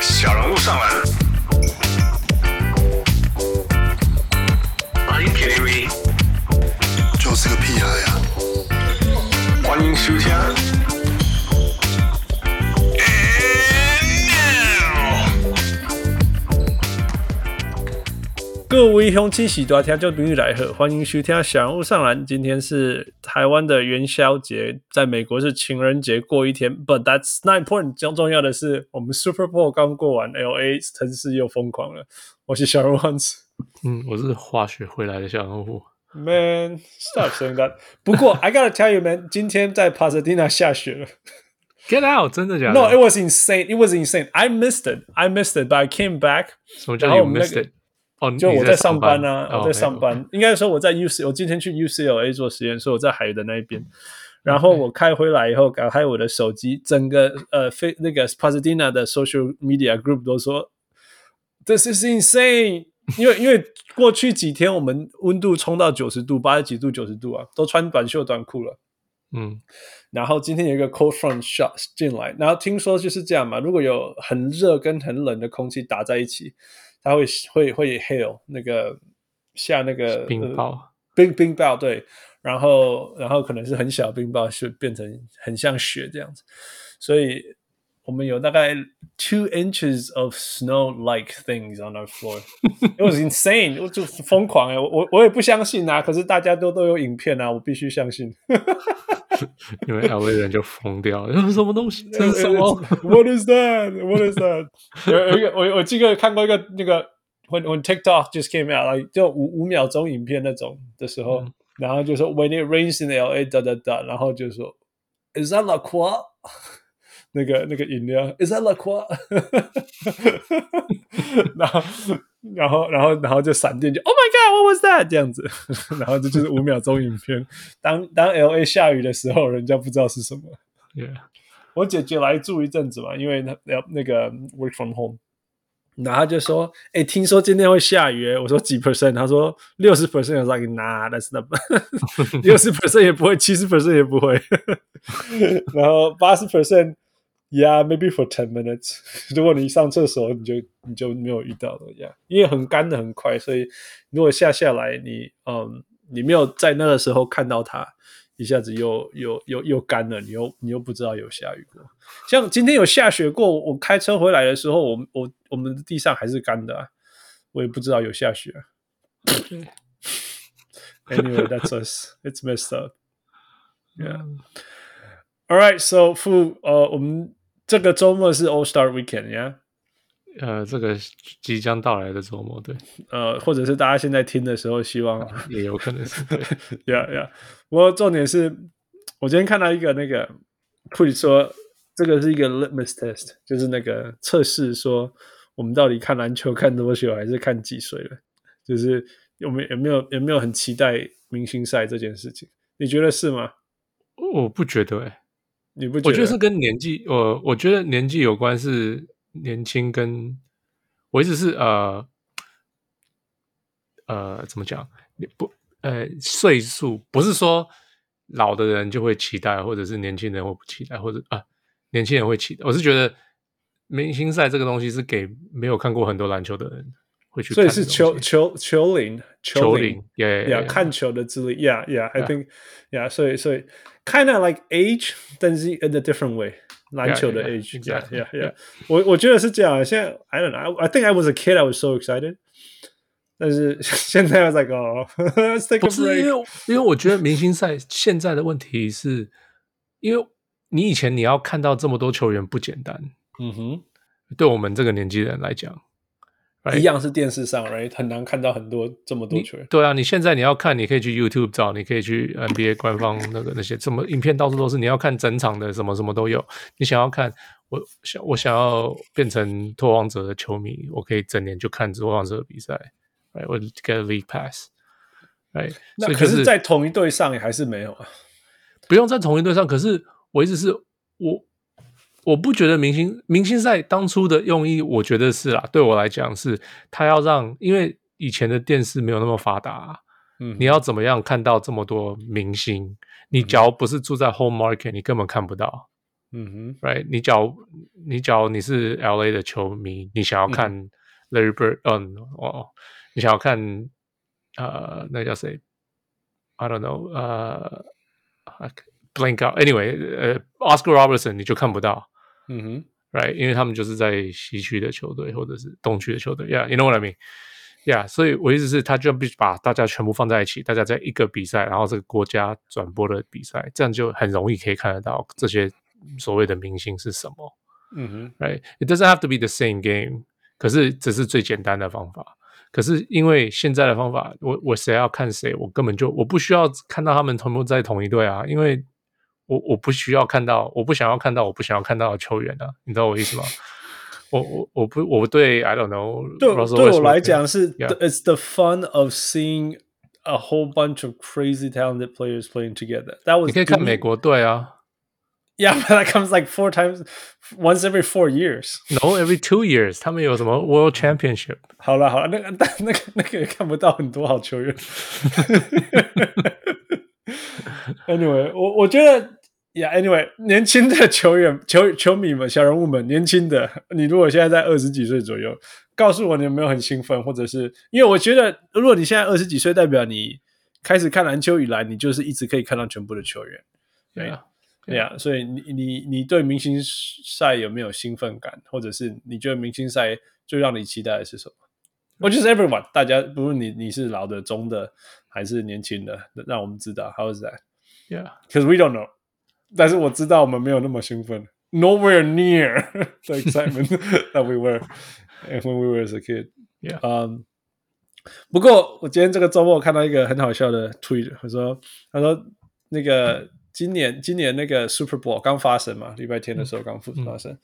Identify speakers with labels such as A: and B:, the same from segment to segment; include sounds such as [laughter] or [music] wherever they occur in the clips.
A: 小人物上篮。Are you kidding me？
B: 就是个屁孩呀、
A: 欢迎收听。And now，
C: 各位乡亲喜多听就朋友来贺，欢迎收听《小人物上篮》。今天是台湾的元宵节，在美国是情人节，过一天。But that's not important。更重要的是，我们 Super Bowl 刚过完，L A 城市又疯狂了。我是小人物汉子
D: 嗯，我是化学回来的小人物。
C: ，Man stop saying that。不过 I gotta tell you man，今天在 Pasadena 下雪了。
D: Get out！真的假的
C: No, it was insane. It was insane. I missed it. I missed it, but I came back.
D: 什么叫
C: 然后
D: you
C: 我们那
D: missed
C: 个
D: it？哦，
C: 就
D: 你
C: 我
D: 在
C: 上
D: 班
C: 啊，
D: 哦
C: 我在上。
D: 没
C: 班
D: 有。
C: 应该说我在 U C，我今天去 U C L A 做实验，所以我在海的那一
D: 嗯
C: 边。然后我开回来以后，打开我的手机，整个呃，非那个 Pasadena 的 social media group 都说 This is insane，因 [laughs] 为因为过去几天我们温度冲到九十度、八十几度、九十度啊，都穿短袖短裤了。
D: 嗯，
C: 然后今天有一个 cold front shot 进来，然后听说就是这样嘛，如果有很热跟很冷的空气打在一起，它会会会 hail 那个下那个
D: 冰
C: 呃、
D: 雹。
C: 冰冰雹对，然后然后可能是很小的冰雹，是变成很像雪这样子，所以我们有大概 two inches of snow like things on our floor。It [laughs] was insane，我就疯狂哎、我我我也不相信啊，可是大家都都有影片啊，我必须相信。
D: 因为 LA 人就疯
C: [laughs]
D: 掉了，这是什么东西？这是什么？
C: ？What is that? What is that? [laughs] 有有一个我我记得看过一个那个 when when TikTok just came out，、like, 就五五秒钟影片那种的时候，
D: 嗯
C: 然后就说 When it rains in LA，哒哒哒，然后就说 Is that [laughs] LaCroix？那个那个饮料 Is that [laughs] LaCroix？然后然后然后然后就闪电就 Oh my God，What was that？这样 [laughs] 子，然后这就是五秒钟影片。当当 LA 下雨的 [laughs] 时候，人家不知道是什么。
D: Yeah，
C: 我姐姐来住一阵子嘛，因为那那那个 work from home，然后她就说：“哎、听说今天会下雨。”我说几 percent？她说六十 percent。我说：“Nah，that's not [laughs] 六十 percent 也不会，七十 percent 也不会。 [laughs] 然后八十 percent，yeah，maybe for ten minutes。如 [laughs] 果你上厕所，你就你就没有遇到了呀因为很干的很快，所以如果下下来你嗯你没有在那个时候看到它，一下子又又又又干了，你又你又不知道有下雨过。像今天有下雪过，我开车回来的时候，我我我们的地上还是干的、啊，我也不知道有下雪啊、Anyway, that's us. It's messed up. Yeah. All right. So, Fu, 呃，我们这个周末是 All Star Weekend，yeah。
D: 呃，这个即将到来的周末，对，
C: 呃，或者是大家现在听的时候，希望
D: 也有可能是对。
C: [laughs] yeah yeah。不过重点是，我今天看到一个那个库里说，这个是一个 litmus test，就是那个测试说我们到底看篮球看多久，还是看几岁了，就是有没有有没有有没有很期待明星赛这件事情？你觉得是吗？
D: 我不觉得、欸，
C: 你不觉
D: 我觉得是跟年纪，我我觉得年纪有关是年轻跟，我一直是呃呃怎么讲，你不呃岁数不是说老的人就会期待，或者是年轻人会不期待，或者啊、年轻人会期待，我是觉得明星赛这个东西是给没有看过很多篮球的人会去
C: 所
D: 看
C: 以
D: 的东
C: 是
D: 西，
C: 球球球龄
D: 球
C: 龄
D: 龄，也
C: ，yeah，看球的
D: [laughs]
C: 智力，yeah yeah I think yeah，所以所以 kind of like age，但是 in a different way，篮球的
D: yeah,
C: age，yeah
D: exactly,
C: yeah yeah，
D: yeah.
C: 我我觉得是这样。现在 I don't know，I I think I was a kid，I was so excited，但是 [laughs] 现在 I was like [laughs] oh，let's take a
D: 不是因
C: break。
D: 为，因为我觉得明星赛现在的问题是，因为你以前你要看到这么多球员不简单，
C: 嗯哼，
D: 对我们这个年纪人来讲，right
C: 一样是电视上，right，很难看到很多这么多
D: 你
C: 球员。
D: 对啊，你现在你要看，你可以去 YouTube 找，你可以去 NBA 官方那个那些什么影片到处都是，你要看整场的什么什么都有，你想要看。我想，我想要变成拓荒者的球迷，我可以整年就看拓荒者的比赛，哎，我 get a league pass，哎，
C: 那
D: 所以
C: 可，
D: 就是
C: 在同一队上也还是没有啊。
D: 不用在同一队上。可是我一直是我，我不觉得明星明星赛当初的用意，我觉得是啦，对我来讲是他要让，因为以前的电视没有那么发达、啊
C: 嗯，
D: 你要怎么样看到这么多明星？你只要不是住在 home market，你根本看不到
C: 嗯
D: ，right？你只要你只要你是 L A 的球迷，你想要看 Larry Bird，嗯，哦，你想要看呃，那叫谁？I don't know，呃啊，blank out。Anyway，呃，Oscar Robertson 你就看不到
C: 哼，嗯哼，
D: ，right？因为他们就是在西区的球队或者是东区的球队，yeah，you know what I mean？Yeah，所以我意思是，他就必须把大家全部放在一起，大家在一个比赛，然后这个国家转播的比赛，这样就很容易可以看得到这些所谓的明星是什么。
C: 嗯哼，
D: Right, it doesn't have to be the same game，可是这是最简单的方法。可是因为现在的方法，我我谁要看谁，我根本就我不需要看到他们同不在同一队啊，因为我我不需要看到，我不想要看到，我不想要看到的球员啊，你知道我意思吗？我我我不我对 I don't know，
C: [laughs] 对
D: Russell
C: 对我
D: Westbrook-
C: 来讲是
D: Yeah.
C: it's the fun of seeing a whole bunch of crazy talented players playing together. That was
D: 你可以看
C: to me-
D: 美国队啊
C: Yeah, [laughs] but that comes like four times, once every four years.
D: ，No every two years，他们有什么 World Championship，
C: 好了好了，那个 [laughs] 但那个那个也看不到很多好球员。anyway，我我觉得呀、yeah,，Anyway，年轻的球员、球球迷们、小人物们，年轻的你，如果现在在二十几岁左右，告诉我你有没有很兴奋，或者是因为我觉得，如果你现在二十几岁，代表你开始看篮球以来，你就是一直可以看到全部的球员。
D: 对啊。
C: 对呀，所以你你你对明星赛有没有兴奋感，或者是你觉得明星赛最让你期待的是什么？我就是 everyone，大家不论你你是老的、中的还是年轻的，让我们知道 how's that？Because
D: Yeah.
C: we don't know，但 [laughs] 是我知道我们没有那么兴奋，nowhere near [laughs] the excitement that we were [laughs] and when we were as a kid。
D: Yeah.
C: 嗯，不过我今天这个周末看到一个很好笑的 tweet，他说他说那个今年今年那个 Super Bowl 刚发生嘛，礼拜天的时候刚发生，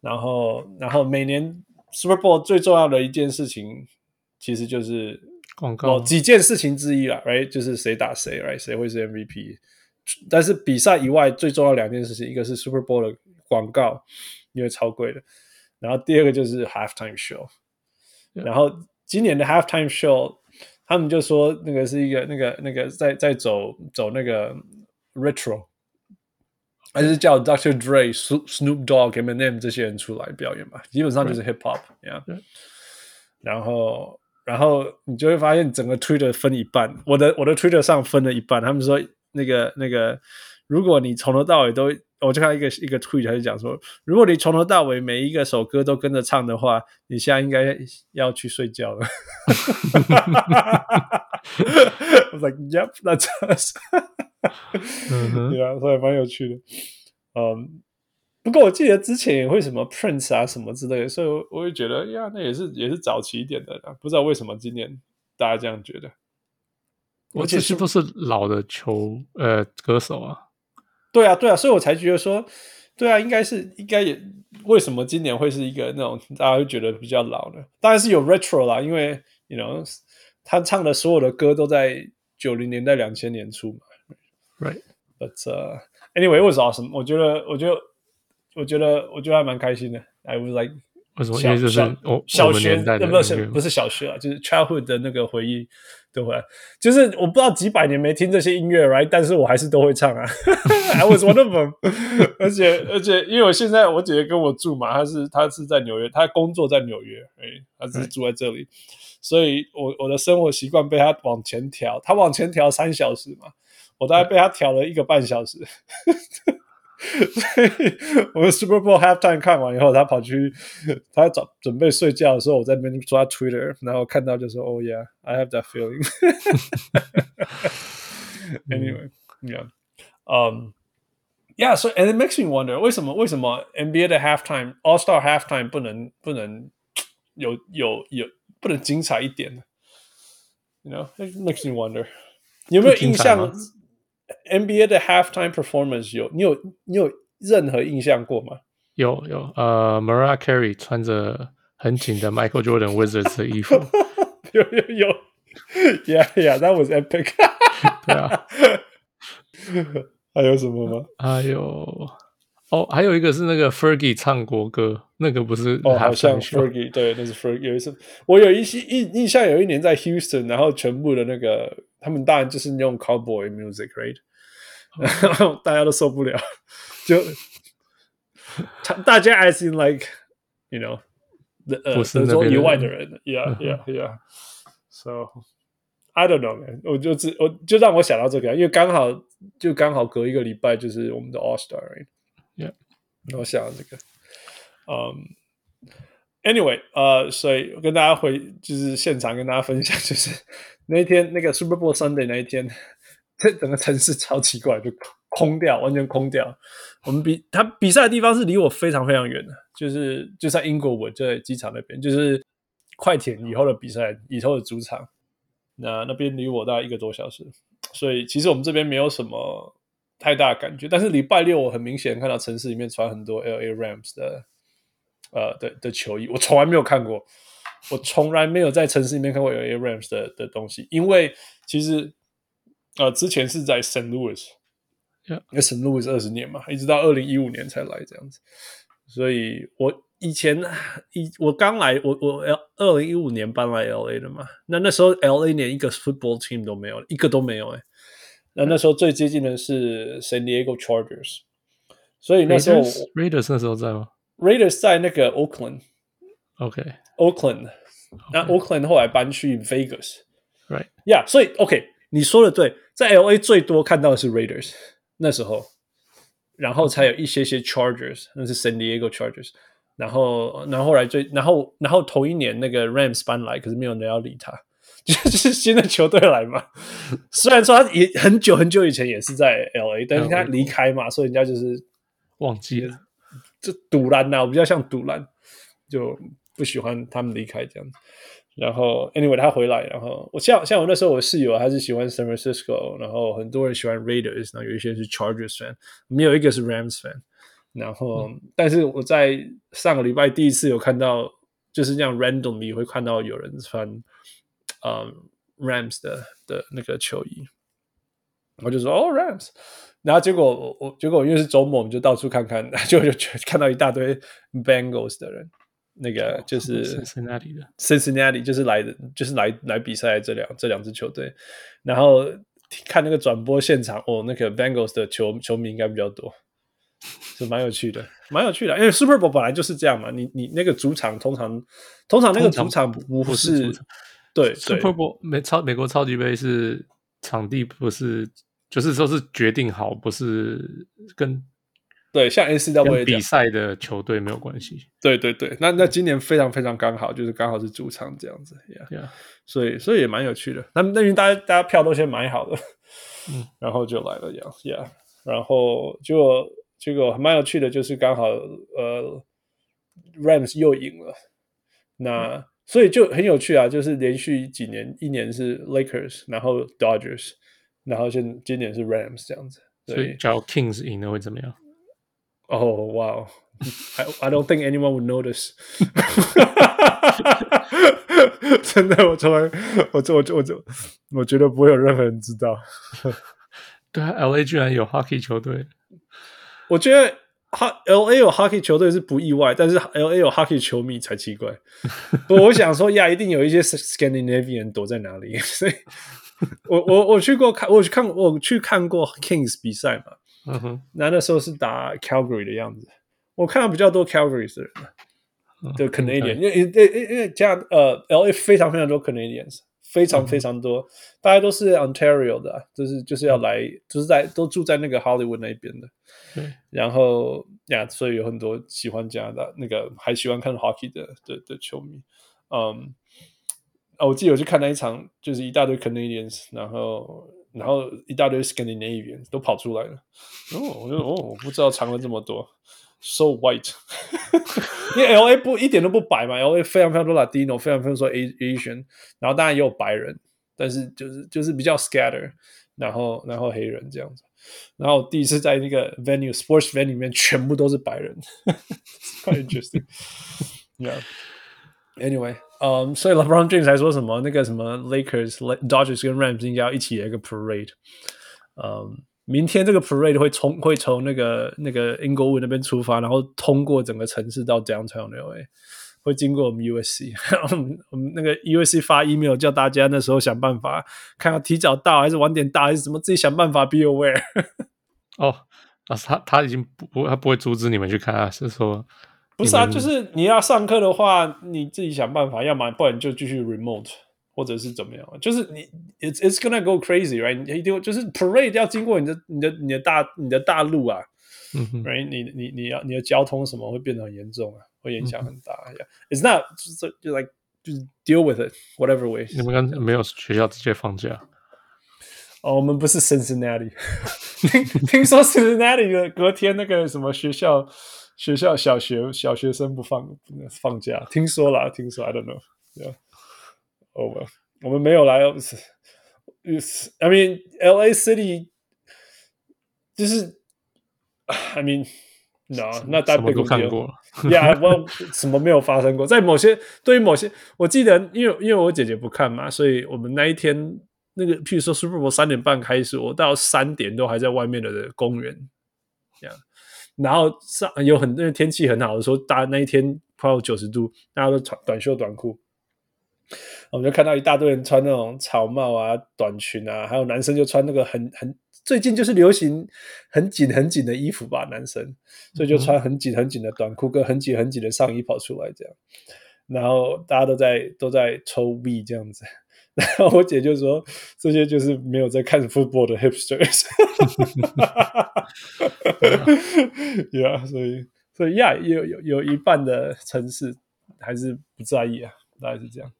C: 然后然后每年 Super Bowl 最重要的一件事情其实就是
D: 广
C: 某
D: 告
C: 几件事情之一啦，right？就是谁打谁，right？谁会是 MVP？但是比赛以外最重要两件事情，一个是 Super Bowl 的广告，因为超贵的，然后第二个就是 halftime show。然后今年的 halftime show，他们就说那个是一个那个那个在在走走那个 retro，还是叫 Dr. Dre、Snoop Snoop Dogg、Eminem 这些人出来表演嘛，基本上就是 hip hop，yeah。然后然后你就会发现整个 Twitter 分一半，我的我的 Twitter 上分了一半，他们说那个那个，如果你从头到尾都，我就看一个一个 tweet，他就讲说，如果你从头到尾每一个首歌都跟着唱的话，你现在应该要去睡觉了。I was like, "Yep, that's us."
D: 嗯哼
C: 对啊，所以蛮有趣的。嗯，不过我记得之前也会什么 Prince 啊什么之类的，所以我我也觉得呀，那也是也是早期一点的啦，不知道为什么今年大家这样觉得。
D: 我
C: 而且
D: 这
C: 是
D: 些都是老的球呃歌手啊，
C: 对啊，对啊，所以我才觉得说，对啊，应该是应该也为什么今年会是一个那种大家会觉得比较老呢？当然是有 retro 啦，因为 you know 他唱的所有的歌都在九零年代、两千年初嘛。
D: ，right？
C: But、uh, anyway, it was awesome. 我觉得，我觉得，我觉得，我觉得还蛮开心的。I was like
D: 为什么？因
C: 小
D: 为这是
C: 小
D: 我
C: 小
D: 我们
C: 学
D: 年代的
C: 不是
D: 音乐
C: 不是小学啊，就是 childhood 的那个回忆都回来。就是我不知道几百年没听这些音乐，right？但是我还是都会唱啊。I [laughs] was one of them [laughs] 而且而且，因为我现在我姐姐跟我住嘛，她是她是在纽约，她工作在纽约，哎，她只是住在这里，所以我我的生活习惯被她往前调，她往前调三小时嘛，我大概被她调了一个半小时。所以 [laughs] 我们 Super Bowl halftime 看完以后，他跑去他准准备睡觉的时候，我在那边抓 Twitter，然后看到就说：“Oh yeah, I have that
D: [laughs]
C: feeling 。”
D: Mm.
C: Anyway, yeah, um, yeah. So and it makes me wonder 为什么为什么 NBA 的 halftime All Star halftime 不能不能有有有不能精彩一点呢？You know, it makes me wonder 有没有
D: 不精
C: 印
D: 彩
C: 象
D: 吗
C: NBA 的 halftime performance 有你有你有任何印象过吗？
D: 有有呃，Mariah Carey 穿着很紧的 Michael
C: [laughs]
D: Jordan Wizards 的衣服，
C: 有有有，Yeah Yeah，that was epic 。 [laughs]
D: 对啊，
C: 还有什么吗？
D: 还有哦，还有一个是那个 Fergie 唱国歌，那个不是
C: 哦，
D: half
C: 好像
D: time show
C: Fergie 对，那是 Fergie。有一次，我有一些印印象，有一年在 Houston，然后全部的那个他们当然就是用 cowboy music，right？然 [laughs] 后大家都受不了，就他大家 as in like you know the uh, 呃
D: 不是
C: 德
D: 那
C: 州
D: 边
C: 以
D: 的
C: 外
D: 人
C: 的人，yeah yeah yeah。So I don't know man，我就只我就让我想到这个，因为刚好就刚好隔一个礼拜就是我们的 All Star，right？
D: Yeah
C: 然后想到这个，嗯、Anyway，呃，所以我跟大家回就是现场跟大家分享，就是那一天那个 Super Bowl Sunday 那一天，这整个城市超奇怪，就空掉，完全空掉。我们比他比赛的地方是离我非常非常远的，就是就在英国，我在机场那边，就是快艇以后的比赛，以后的主场，那那边离我大概一个多小时，所以其实我们这边没有什么太大的感觉。但是礼拜六我很明显看到城市里面穿很多 L A Rams 的呃的的球衣，我从来没有看过，我从来没有在城市里面看过 L A Rams 的的东西，因为其实呃之前是在 St. Louis。
D: Yeah.
C: 因为 St. Louis 二十年嘛，一直到二零一五年才来这样子，所以我以前一我刚来，我我二零一五年搬来 L A 的嘛，那那时候 L A 连一个 football team 都没有，一个都没有哎、那那时候最接近的是 San Diego Chargers，所以那时候
D: Raiders Raiders 那时候在吗
C: Raiders 在那个 Oakland
D: ？OK
C: Oakland，那 Oakland 后来搬去 Vegas。
D: right
C: Yeah，所以 OK，你说的对，在 LA 最多看到的是 Raiders 那时候，然后才有一些些 Chargers，那是 San Diego Chargers，然后然后后来最然后然后头一年那个 Rams 搬来，可是没有人要理他， [laughs] 就就是新的球队来嘛。虽然说他也很久很久以前也是在 LA，但是他
D: LA
C: 离开嘛，所以人家就是
D: 忘记了。
C: 这赌篮呐、我比较像赌篮，就不喜欢他们离开这样子。然后，anyway，他回来，然后我像像我那时候我室友，他是喜欢 San Francisco，然后很多人喜欢 Raiders，然后有一些是 Chargers fan，没有一个是 Rams fan。然后，但是我在上个礼拜第一次有看到，就是这样 randomly 会看到有人穿，呃，Rams 的的那个球衣，我就说哦 Rams，然后结果我我结果因为是周末，我们就到处看 [laughs] 看，就就就看到一大堆 Bengals 的人，那个就是
D: 哦是那里的
C: Cincinnati 就是来的，就是来来比赛的这两这两支球队，然后看那个转播现场，哦，那个 Bengals 的球球迷应该比较多，是蛮有趣的，蛮有趣的。因为 Super Bowl 本来就是这样嘛，你你那个主场通常通常那个
D: 通
C: 主
D: 常
C: 场
D: 不
C: 不
D: 不是主场
C: 对对
D: Super Bowl 美超美国超级杯是场地不是，就是说是决定好，不是跟
C: 对，像 N C W
D: 跟比赛的球队没有关系。
C: 对对对，那那今年非常非常刚好，就是刚好是主场这样子，yeah.
D: 对啊，
C: 所以所以也蛮有趣的。那那因为大家大家票都先买好了，
D: 嗯，
C: 然后就来了呀呀，然后结果结果蛮有趣的，就是刚好呃，Rams 又赢了，那、
D: 嗯
C: 所以就很有趣啊，就是连续几年，一年是 Lakers，然后 Dodgers，然后现今年是 Rams 这样子，
D: 所以
C: 对，
D: 假如 Kings 赢了会怎么样？
C: 哦哇哦。I I don't think anyone would notice 。真的，我从来，我我我我我觉得不会有任何人知道。
D: 对啊，LA 居然有 hockey 球队，
C: 我觉得哈 L A 有 hockey 球队是不意外，但是 L A 有 hockey 球迷才奇怪。不，我想说呀，一定有一些 Scandinavian 躲在哪里。所以我我我去过看，我去看我去看过 Kings 比赛嘛。
D: 嗯哼，
C: 那那时候是打 Calgary 的样子，我看到比较多 Calgary 的人了。的 Canadian，因为因为因为因为加拿呃 L A 非常非常多 Canadians，非常非常多，大家都是 Ontario 的啊、就是就是要来，就是在都住在那个 Hollywood 那一边的
D: 对。
C: 然后呀，所以有很多喜欢加拿大那个还喜欢看 hockey 的的的球迷，嗯，啊，我记得我去看那一场，就是一大堆 Canadians，然后然后一大堆 Scandinavians 都跑出来了。哦，我就哦，我不知道藏了这么多，so white，因为 L A 不一点都不白嘛，L A 非常非常多 Latino，非常非常多 A- Asian，然后当然也有白人，但是就是就是比较 scatter，然后然后黑人这样子。然后我第一次在那个 venue sports venue 里面全部都是白人 [laughs] ，quite interesting。Yeah. Anyway，嗯、um，所以 LeBron James 还说什么那个什么 Lakers、Dodgers 跟 Rams 应该要一起有一个 parade。嗯、明天这个 parade 会从会从那个那个英国 d 那边出发，然后通过整个城市到 downtown LA，会经过我们 USC，我 [laughs] 们我们那个 USC 发 email 叫大家那时候想办法，看要提早到还是晚点到，还是怎么自己想办法 be aware。 [laughs]
D: 哦，啊，他他已经不不他不会阻止你们去看啊，是说
C: 不是啊，
D: 你们
C: 就是你要上课的话，你自己想办法，要么不然就继续 remote，或者是怎么样，就是你 it's it's gonna go crazy right？你一定会就是 parade 要经过你的你的你的大你的大路啊
D: 嗯哼
C: ，right？你你你要你的交通什么会变得很严重啊，会影
D: 嗯
C: 响很大。Yeah. It's not 就是就 like 就是 deal with it whatever way。
D: 你们刚没有学校直接放假，
C: 哦，我们不是 Cincinnati，听听说 Cincinnati 的隔天那个什么学校学校小学小学生不放不放假，听说啦，听说 I don't know，对吧？哦，我我们没有来呃是是，I mean LA City 就是，I mean no，那大家
D: 什么都看过了。
C: 呀，我什么没有发生过？在某些对于某些，我记得，因为因为我姐姐不看嘛，所以我们那一天那个，譬如说 Super Bowl 三点半开始，我到三点都还在外面的公园，这样。然后上有很那天气很好的时候，大那一天快要九十度，大家都穿短袖短裤，我们就看到一大堆人穿那种草帽啊、短裙啊，还有男生就穿那个很很最近就是流行很紧很紧的衣服吧，男生，所以就穿很紧很紧的短裤跟很紧很紧的上衣跑出来这样，然后大家都在都在抽 V 这样子。 [laughs] 然后我姐就说：“这些就是没有在看 football 的 hipsters。” [laughs] yeah，所以所以 yeah，有有有一半的城市还是不在意啊，大概是这样。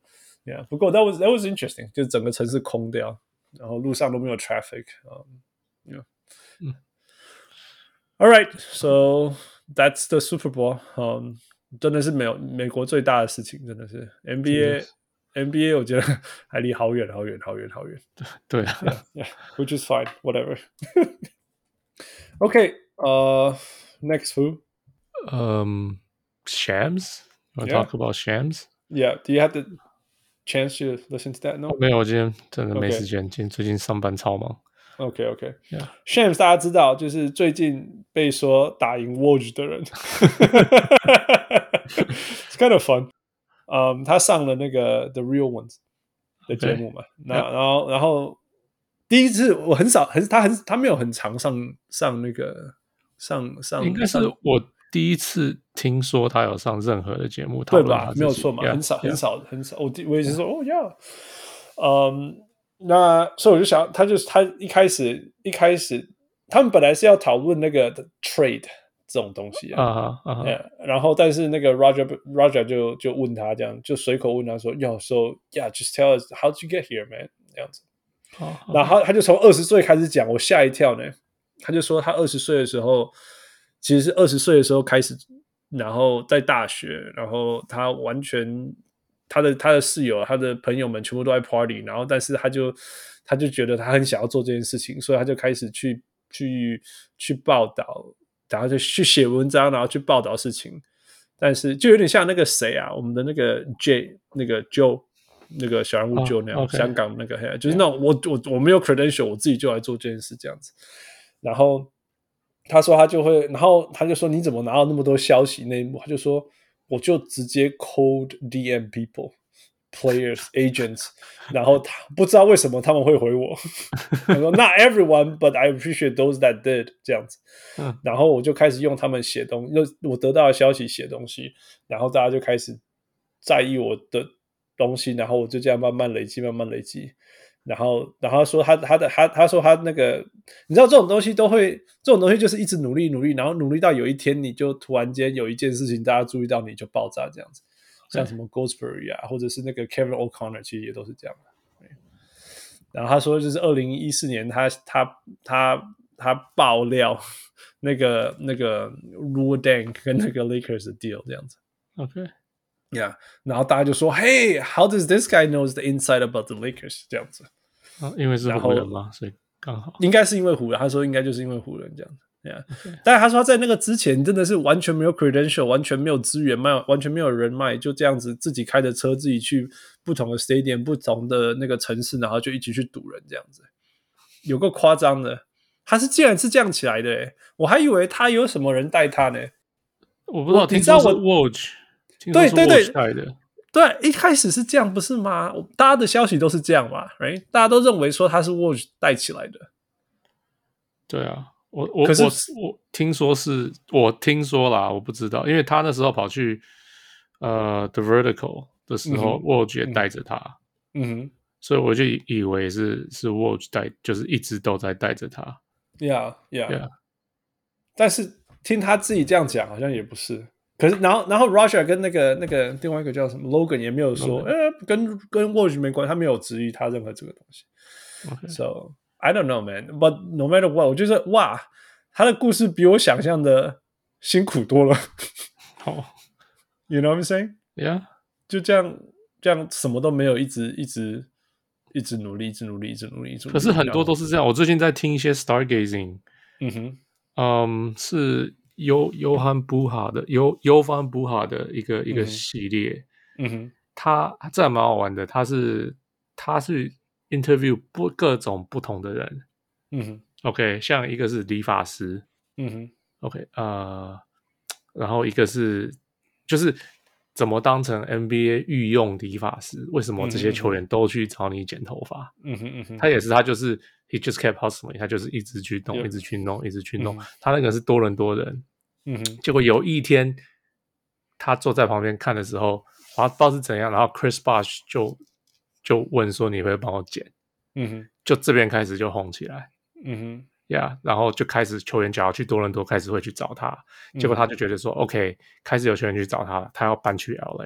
C: Yeah，不过 that was that was interesting，就整个城市空掉，然后路上都没有 traffic 啊、um,，Yeah。All right, so that's the Super Bowl. 嗯、真的是美美国最大的事情，真的是 NBA NBA，我觉得还离好远好远好远好远。
D: 对
C: [laughs]
D: 啊，
C: yeah, which is fine, whatever. [laughs] okay, uh, next who?
D: 嗯，Shams。You wanna
C: Yeah.
D: talk about Shams？
C: Yeah, do you have the chance to listen to that? No.
D: 哦没有，我今天真的没
C: OK
D: 时间。今天最近上班超忙。
C: Okay, okay.
D: Yeah.
C: Shams 大家知道，就是最近被说打赢 Woj 的人。It's kind of fun. 嗯、他上了那个 The Real Ones 的节目嘛，那
D: Yeah.
C: 然后然后第一次我很少很他很他没有很常上上那个上上
D: 应该是
C: 上
D: 我第一次听说他有上任何的节目，讨
C: 对
D: 论他
C: 吧？
D: 自己
C: 没有错嘛
D: Yeah，
C: 很少
D: yeah
C: 很少很少。我第我也是说，哦呀，嗯，那所以我就想，他就是他一开始一开始，他们本来是要讨论那个 trade 这种东西啊。
D: 啊啊啊
C: Yeah，然后但是那个 Roger Roger 就就问他这样，就随口问他说，Yo, so yeah, just tell us how'd you get here, man？这样子。
D: 啊！啊
C: 然后他就从二十岁开始讲，我吓一跳呢。他就说他二十岁的时候，其实是二十岁的时候开始，然后在大学，然后他完全他的他的室友、他的朋友们全部都在 party，然后但是他就他就觉得他很想要做这件事情，所以他就开始去去去报道，然后就去写文章，然后去报道事情。但是就有点像那个谁啊，我们的那个 J 那个 Joe 那个小人物
D: 哦
C: Joe 那样，
D: OK
C: 香港那个黑，就是那种我我我没有 credential，我自己就来做这件事这样子。然后他说他就会，然后他就说你怎么拿到那么多消息内幕？他就说我就直接 cold DM people。Players, agents，然 [laughs] 后他不知道为什么他们会回我，他说 Not everyone, but I appreciate those that did 这样子。然后我就开始用他们写东，用我得到的消息写东西，然后大家就开始在意我的东西，然后我就这样慢慢累积，慢慢累积，然后然后他说他他的他他说他那个，你知道这种东西都会，这种东西就是一直努力努力，然后努力到有一天你就突然间有一件事情大家注意到你就爆炸这样子，像什么 Goldsberry 啊，或者是那个 Kevin O'Connor，其实也都是这样。然后他说，就是二零一四年他，他他他爆料那个那个 Rule Dank 跟那个 Lakers 的 deal 这样子。
D: OK，
C: Yeah，然后大家就说，Hey，how does this guy knows the inside about the Lakers？这样子，
D: 啊因为是
C: 然
D: 湖人
C: 后
D: 嘛，所以刚好。
C: 应该是因为湖人，他说应该就是因为湖人这样子。Yeah，但是他说他在那个之前真的是完全没有 credential，完全没有资源，没有完全没有人脉，就这样子自己开着车自己去不同的 stadium、不同的那个城市，然后就一起去堵人这样子，有个夸张的。他是竟然是这样起来的、欸，我还以为他有什么人带他呢。
D: 我不知道，
C: 我
D: 听
C: 你知道
D: 说是
C: 我
D: Watch，听说
C: 对
D: 是
C: 对对
D: Watch 带的，
C: 对，啊一开始是这样，不是吗？我大家的消息都是这样嘛，right？大家都认为说他是 Watch 带起来的。
D: 对啊，我我
C: 可是
D: 我我听说是，我听说啦，我不知道，因为他那时候跑去呃 The Vertical 的时
C: 嗯
D: 候、
C: 哼
D: w a t c h 也带着他，
C: 嗯
D: 所以我就以以为是是 Watch 带，就是一直都在带着他。
C: 哼，Yeah Yeah。
D: Yeah
C: 但是听他自己这样讲，好像也不是。可是，然后，然后 Roger 跟那个那个另外一个叫什么 Logan 也没有说，呃，跟跟 Watch 没关，他没有质疑他任何这个东西。
D: OK，
C: So I don't know, man. But no matter what，我就是哇，他的故事比我想象的辛苦多了。 [laughs]
D: 好
C: you know what I'm saying？
D: ，Yeah，
C: 就这样这样什么都没有，一直一直一直努力，一直努力，一直努力，一直努力。
D: 可是很多都
C: 是
D: 是这样。我最近在听一些 Stargazing，
C: 嗯哼，
D: 嗯，是尤尤汉布哈的尤尤凡布哈的一个
C: 嗯
D: 一个
C: 哼
D: 系列，
C: 嗯哼，
D: 他这还蛮好玩的。他是他是 interview 不各种不同的人
C: 嗯哼，
D: ，OK，像一个是理发师，
C: 嗯哼，
D: OK，呃，然后一个是就是怎么当成 NBA 御用理发师？为什么这些球员都去找你剪头发？
C: 嗯哼，嗯嗯哼，
D: 他也是，他就是 he just kept hustling，他就是一直去弄
C: Yep.
D: 一直去弄，一直去弄。
C: 嗯
D: 他那个是多伦多人，
C: 嗯哼，
D: 结果有一天他坐在旁边看的时候，然后不知道是怎样，然后 Chris Bosh 就就问说：“你会不会帮我剪
C: 嗯哼，？”
D: 就这边开始就红起来。
C: 嗯哼，
D: 呀然后就开始球员想要去多伦多，开始会去找他，结
C: 嗯
D: 果他就觉得说、o k 开始有球员去找他了，他要搬去 LA，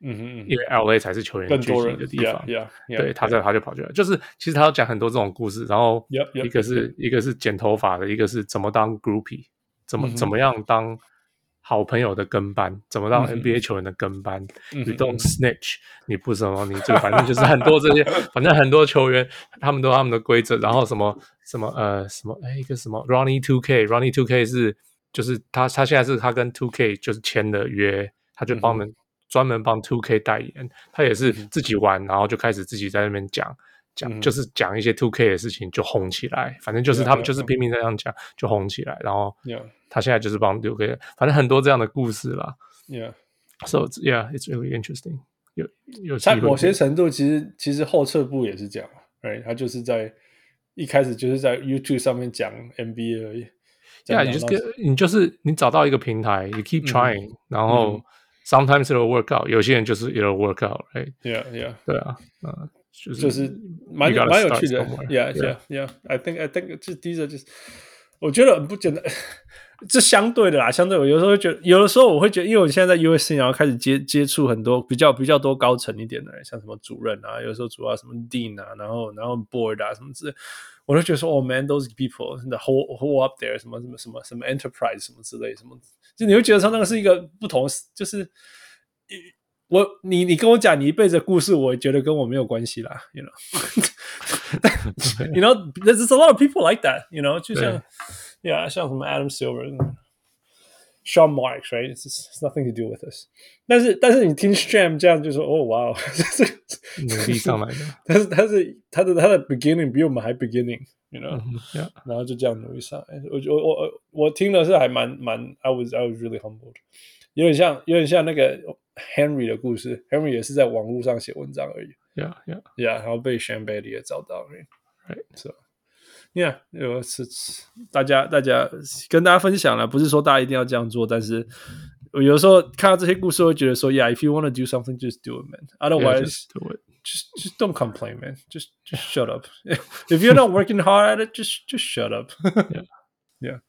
C: 嗯哼，
D: 因为 LA 才是球员
C: 更
D: 聚
C: 多
D: 集
C: 人
D: 的地方。
C: ，Yeah，
D: 对，他在他就跑去了，就是其实他要讲很多这种故事，然后
C: Yep, yep,
D: 一个是一个是剪头发的，一个是怎么当 groupie，怎么、
C: 嗯哼
D: 怎么样当好朋友的跟班，怎么当
C: 嗯哼
D: NBA 球员的跟班。
C: 嗯 [laughs]
D: 你
C: 哼
D: don't snitch，你不什么，你就反正就是很多这些，反正很多球员他们都有他们的规则，然后什么什么呃什么哎一个什么 Ronnie Two K，Ronnie Two K 是就是他他现在是他跟 Two K 就是签了约，他就
C: 嗯
D: 帮我们、专门帮 Two K 代言，他也是自己玩，然后就开始自己在那边讲。
C: 嗯哼
D: 讲就是讲一些 Two K 的事情就红起来，反正就是他们就是拼命在这样讲就红起来，然后
C: 嗯 Yeah
D: 他现在就是帮 Two K，反正很多这样的故事啦。
C: ，Yeah，
D: So it's- yeah, it's really interesting. 有有
C: 在
D: 机会
C: 某些
D: 可以
C: 程度，其实其实后撤步也是这样，right？他就是在一开始就是在 YouTube 上面讲 NBA 而已。讲
D: yeah, you just
C: 到
D: get- 你就是你找到一个平台，you
C: 嗯
D: keep trying，、然后、sometimes it'll work out，有些人就是 it'll work out，right？
C: Yeah, yeah.
D: 对啊，嗯、就是
C: 就是蛮
D: you gotta
C: 蛮有
D: start
C: 趣的
D: somewhere.
C: ，Yeah Yeah Yeah。I think I think 这第一个就是，我觉得很不简单，这相对的啦，相对我有时候会觉得，有的时候我会觉得，因为我现在在 USC，然后开始接接触很多比较比较多高层一点的人，像什么主任啊，有时候主要什么 Dean 啊，然后然后 Board 啊什么之类。我就觉得说，Oh man, those people, the whole whole up there，什么什么什么什么 enterprise 什么之类，什么，就你会觉得说那个是一个不同，就是我你你跟我讲你一辈子的故事，我觉得跟我没有关系啦，you [laughs] know，you know there's a lot of people like that，you know，就像，yeah，像什么 Adam Silver、Sean Marks，right，it's it's nothing to do with us。但是但是你听 Sham 这样就说，哦 [laughs] 哇，哦，这是
D: 努力上来的
C: 但是啊他是他的他的 beginning 比我们还 beginning，you know，、
D: 嗯，yeah，
C: 然后就这样努力上来。我我我我我听的是还蛮蛮，I was I was really humbled，有点像有点像那个 Henry 的故事，Henry 也是在网络上写文章而已
D: yeah yeah，
C: ，Yeah，然后被 Sean Bailey 也找到而已
D: Right.
C: ，Right，So。Yeah，有是是大家大家跟大家分享了，不是说大家一定要这样做，但是我有时候看到这些故事，会觉得说，Yeah，if you want to do something，just do it, man.
D: yeah,
C: Otherwise，、
D: just do it.
C: just just don't complain, man. Just just shut up. [laughs] If you're not working hard at it, just just shut up. [laughs]
D: Yeah.
C: yeah.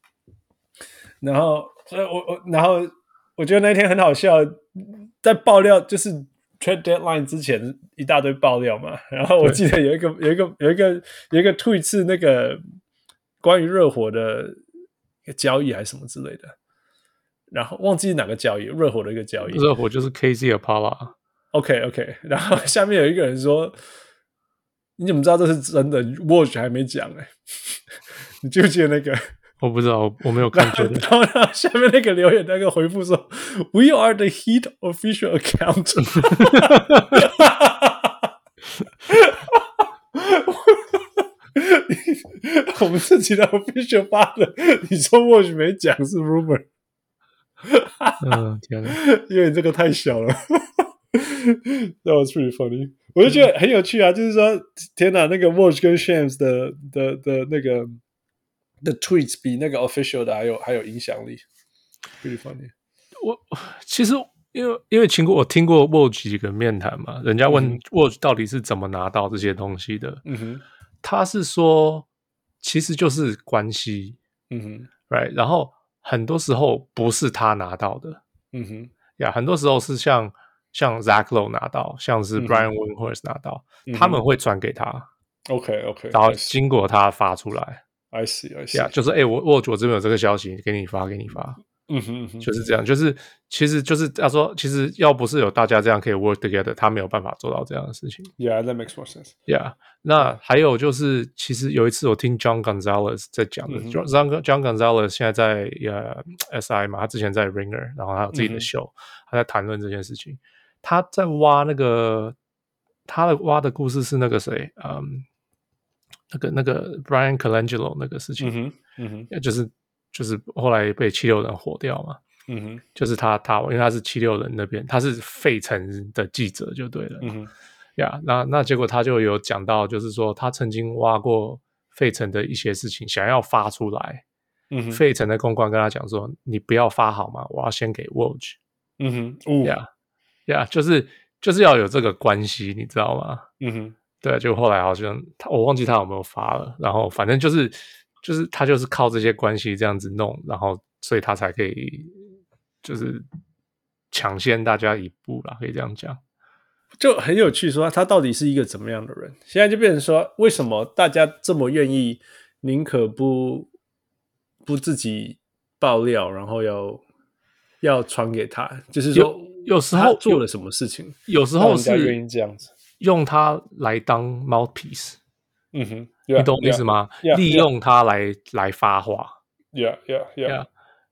C: 然后呃，我我然后我觉得那天很好笑，在爆料就是 trade deadline 之前一大堆爆料嘛。然后我
D: 对
C: 记得有一个有一个有一个有一个 tweet 是那个关于热火的交易还是什么之类的，然后忘记哪个交易，热火的一个交易。
D: 热火就是 KZ Apollo，啊
C: OK OK，然后
D: 嗯
C: 下面有一个人说：“你怎么知道这是真的？Watch 还没讲哎、 [laughs] 你记不记得那个？”
D: 我不知道，我我没有
C: 然
D: 看
C: 后
D: 觉得
C: [laughs] 然后然后下面那个留言那个回复说：“We are the Heat official account。” [laughs] 我们自己的 official 发的，你说或许没讲是 rumor，
D: 嗯，天哪，
C: [laughs] 因为这个太小了。That was pretty funny。我就觉得很有趣啊，就是说，天哪，那个 Watch 跟 Shams 的的的那个的 tweets 比那个 official 的还有还有影响力，pretty funny。
D: 我其实因为因为听过我听过 Woj 几个面谈嘛，人家问 Woj 到底是怎么拿到这些东西的，
C: 嗯哼，
D: 他是说其实就是关系
C: 嗯哼，
D: ，right？然后很多时候不是他拿到的
C: 嗯哼，
D: 呀很多时候是像像 Zach Lowe 拿到，像是
C: 嗯哼
D: Brian Windhorst 拿到，
C: 嗯哼
D: 他们会转给他，
C: OK OK，
D: 然后经过他发出来，
C: I see I see，
D: 呀、就是哎、诶我我我这边有这个消息，给你发，给你发，
C: 嗯哼嗯哼，
D: 就是这样，就是其实就是他说，其实要不是有大家这样可以 work together，他没有办法做到这样的事情。
C: Yeah，that makes more sense。
D: Yeah，那还有就是，其实有一次我听 John Gonzalez 在讲的、
C: 嗯哼
D: j o h n John Gonzalez 现在在呃 SI 嘛，他之前在 Ringer，然后他有自己
C: 嗯哼
D: 的秀，他在谈论这件事情。他在挖那个他的挖的故事是那个谁，嗯，那个那个 Brian Colangelo 那个事情
C: 嗯，哼，嗯哼，
D: 就是就是后来被七六人火掉嘛。
C: 嗯哼，
D: 就是他他，因为他是七六人那边，他是费城的记者就对了，
C: 嗯哼，
D: 呀、那那结果他就有讲到，就是说他曾经挖过费城的一些事情，想要发出来，
C: 嗯哼，
D: 费城的公关跟他讲说，你不要发好吗？我要先给 Woj，
C: 嗯哼，哦，
D: 呀呀，就是就是要有这个关系，你知道吗？
C: 嗯哼，
D: 对，就后来好像他我忘记他有没有发了，然后反正就是就是他就是靠这些关系这样子弄，然后所以他才可以就是抢先大家一步啦，可以这样讲。
C: 就很有趣，说他到底是一个怎么样的人。现在就变成说，为什么大家这么愿意，宁可不不自己爆料，然后要要传给他，就是说
D: 有有时候
C: 他做了什么事情，
D: 有时
C: 然后
D: 候
C: 人家愿
D: 是
C: 意这样子。
D: 用它来当 mouthpiece，、
C: 嗯哼，
D: 你懂我意思吗
C: Yeah，
D: 利
C: yeah
D: 用它来来发话。
C: ？Yeah, yeah, yeah.
D: Yeah，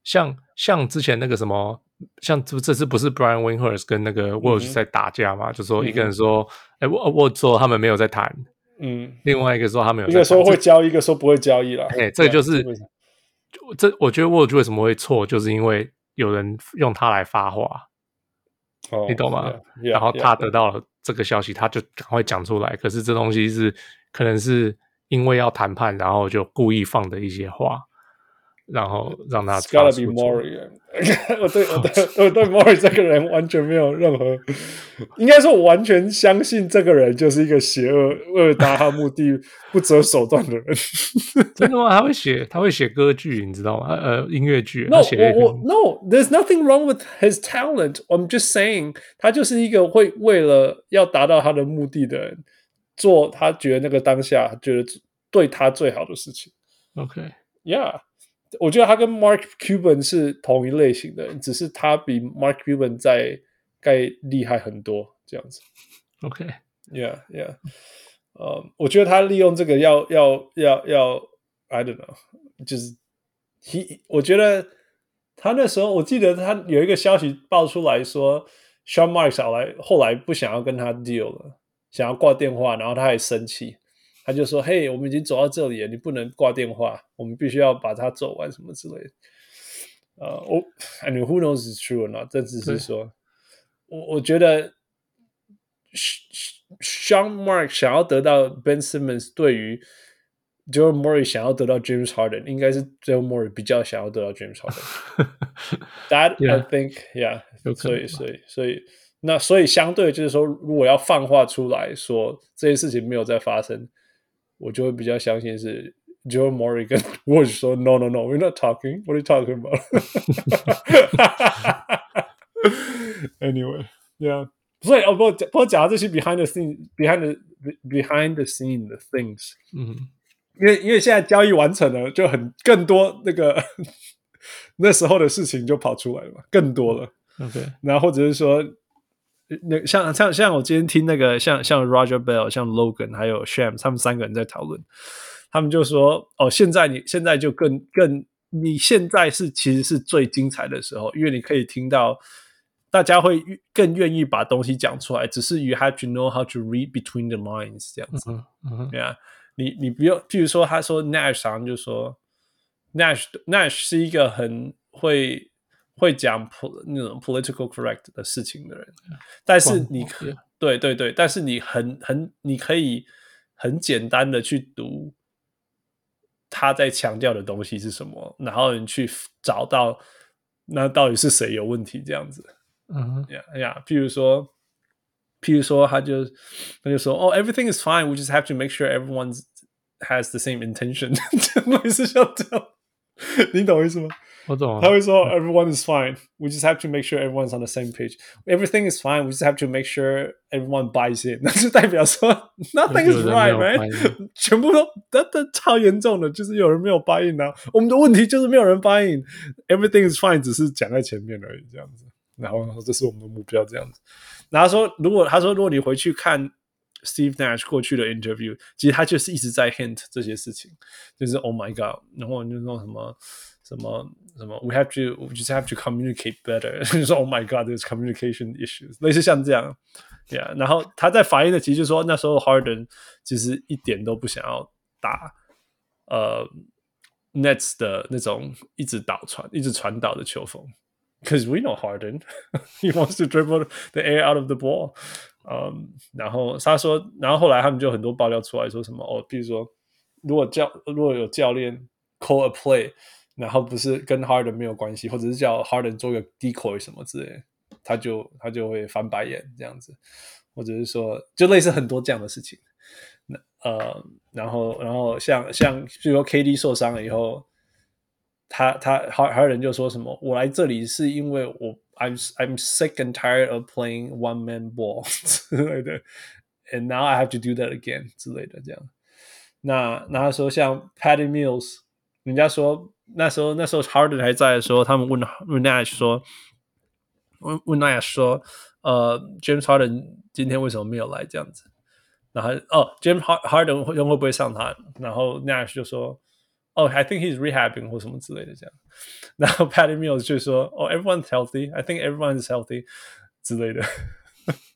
D: 像像之前那个什么，像这这次不是 Brian Winhurst 跟那个 w o
C: 嗯哼
D: l s 在打架嘛？就说一个
C: 嗯哼
D: 人说，哎、我我说他们没有在谈，
C: 嗯，
D: 另外一个说他们有
C: 一
D: 在谈，
C: 个说会
D: 这，
C: 交易，一个说不会交易了。
D: 哎，这个就是
C: Yeah，这个
D: 这，我觉得 w o l 为什么会错，就是因为有人用它来发话，
C: 哦
D: 你懂吗
C: yeah, yeah,
D: 然后他
C: yeah
D: 得到了这个消息，他就赶快讲出来。可是这东西是可能是因为要谈判，然后就故意放的一些话，然后让他
C: It's gotta
D: 发
C: be
D: 出
C: m o r i [laughs] 我对我对我对 m o r i 这个人完全没有任何，应该说我完全相信这个人就是一个邪恶、为了达他目的不择手段的人。
D: 真的吗？他会写，他会写歌剧，你知道吗？呃，音乐剧，
C: No，
D: 他写了一
C: 我
D: 个
C: 我 No，there's nothing wrong with his talent. I'm just saying，他就是一个会为了要达到他的目的的人，做他觉得那个当下觉得对他最好的事情。
D: OK，
C: Yeah，我觉得他跟 Mark Cuban 是同一类型的人，只是他比 Mark Cuban 在该厉害很多这样子。
D: OK，
C: Yeah, yeah。呃，我觉得他利用这个要要要要，I don't know，就是 he，我觉得他那时候我记得他有一个消息爆出来说，Sean Marks 后来后来不想要跟他 deal 了，想要挂电话，然后他还生气，他就说：“嘿，我们已经走到这里了，你不能挂电话，我们必须要把它做完什么之类的。”呃，我 I mean who knows is true or not，这只是
D: 对
C: 说，我我觉得 Sean Mark 想要得到 Ben Simmons 对于 Joe Murray 想要得到 James Harden，应该是 Joe Murray 比较想要得到 James Harden。That I
D: Yeah.
C: think, yeah.
D: 有可
C: 所
D: 能
C: 以，
D: 吧
C: 所以，所以，那所以相对就是说，如果要放话出来说这些事情没有在发生，我就会比较相信是 Joe Murray [laughs] 跟 w a s 说 No, no, no, we're not talking. What are you talking about? [laughs] anyway, yeah. oh, 所以，哦，不过讲不过讲到这些 behind the scene, behind the behind the scene 的 things，
D: 嗯，
C: 因为因为现在交易完成了，就很更多那个 [laughs] 那时候的事情就跑出来了嘛，更多了。
D: OK，
C: 然后或者是说，呃那像像像我今天听那个像像 Roger Bell、像 Logan 还有 Sham 他们三个人在讨论，他们就说哦，现在你现在就更更你现在是其实是最精彩的时候，因为你可以听到大家会越更愿意把东西讲出来，只是 you have to know how to read between the lines 这样子。
D: 嗯嗯
C: 对啊，你你不用，譬如说他说 Nash 常就说 Nash Nash 是一个很会会讲 po 那种 political correct 的事情的人，但是你
D: 广
C: 可
D: 对
C: 对对对，但是你很很你可以很简单的去读他在强调的东西是什么，然后你去找到那到底是谁有问题这样子。
D: 嗯
C: yeah, yeah. 譬如说，譬如说，他就他就说，哦、e v e r y t h i n g is fine. We just have to make sure everyone has the same intention. [laughs] 类似像这样，你懂我意思吗？
D: 我懂
C: 他
D: 了。
C: 会说，everyone is fine. We just have to make sure everyone's on the same page. Everything is fine. We just have to make sure everyone buys it. [laughs] 那就代表说 nothing
D: 有
C: is
D: 人没
C: right,
D: 有 buy
C: right？全部都，那那超严重的，就是有人没有 buy in 啊。我们的问题就是没有人 buy in。Everything is fine，只是讲在前面而已，这样子。然后这是我们的目标，这样子。然后他说，如果他说，如果你回去看 Steve Nash 过去的 interview，其实他就是一直在 hint 这些事情，就是 Oh my God，然后就说什么什么什么，We have to we just have to communicate better，就 [laughs] 说 Oh my God，there's communication issues，类似像这样，Yeah。然后他在反映的其实就是说，那时候 Harden 其实一点都不想要打，呃。Nets 的那种一直导传、一直传导的球风，because we know Harden, [laughs] he wants to dribble the air out of the ball. 嗯、然后他说，然后后来他们就很多爆料出来说什么哦，比如说如果教如果有教练 call a play，然后不是跟 Harden 没有关系，或者是叫 Harden 做个 decoy 什么之类的，他就他就会翻白眼这样子，或者是说就类似很多这样的事情。那呃，然后然后像像比如说 KD 受伤了以后，他他还还有人就说什么，我来这里是因为我 I'm I'm sick and tired of playing one man ball [laughs] 之类的，and now I have to do that again 之类的这样。那那他说像 Patty Mills，人家说那时候那时候 Harden 还在的时候，他们问问 Nash 说，问问 Nash 说，呃，James Harden 今天为什么没有来这样子？然后哦，James Har- Harden 会会不会上他？然后 Nash 就说，哦，I think he's rehabbing 或什么之类的这样。然后 Patty Mills 就说，哦，everyone's healthy，I think everyone is healthy 之类的。 [laughs]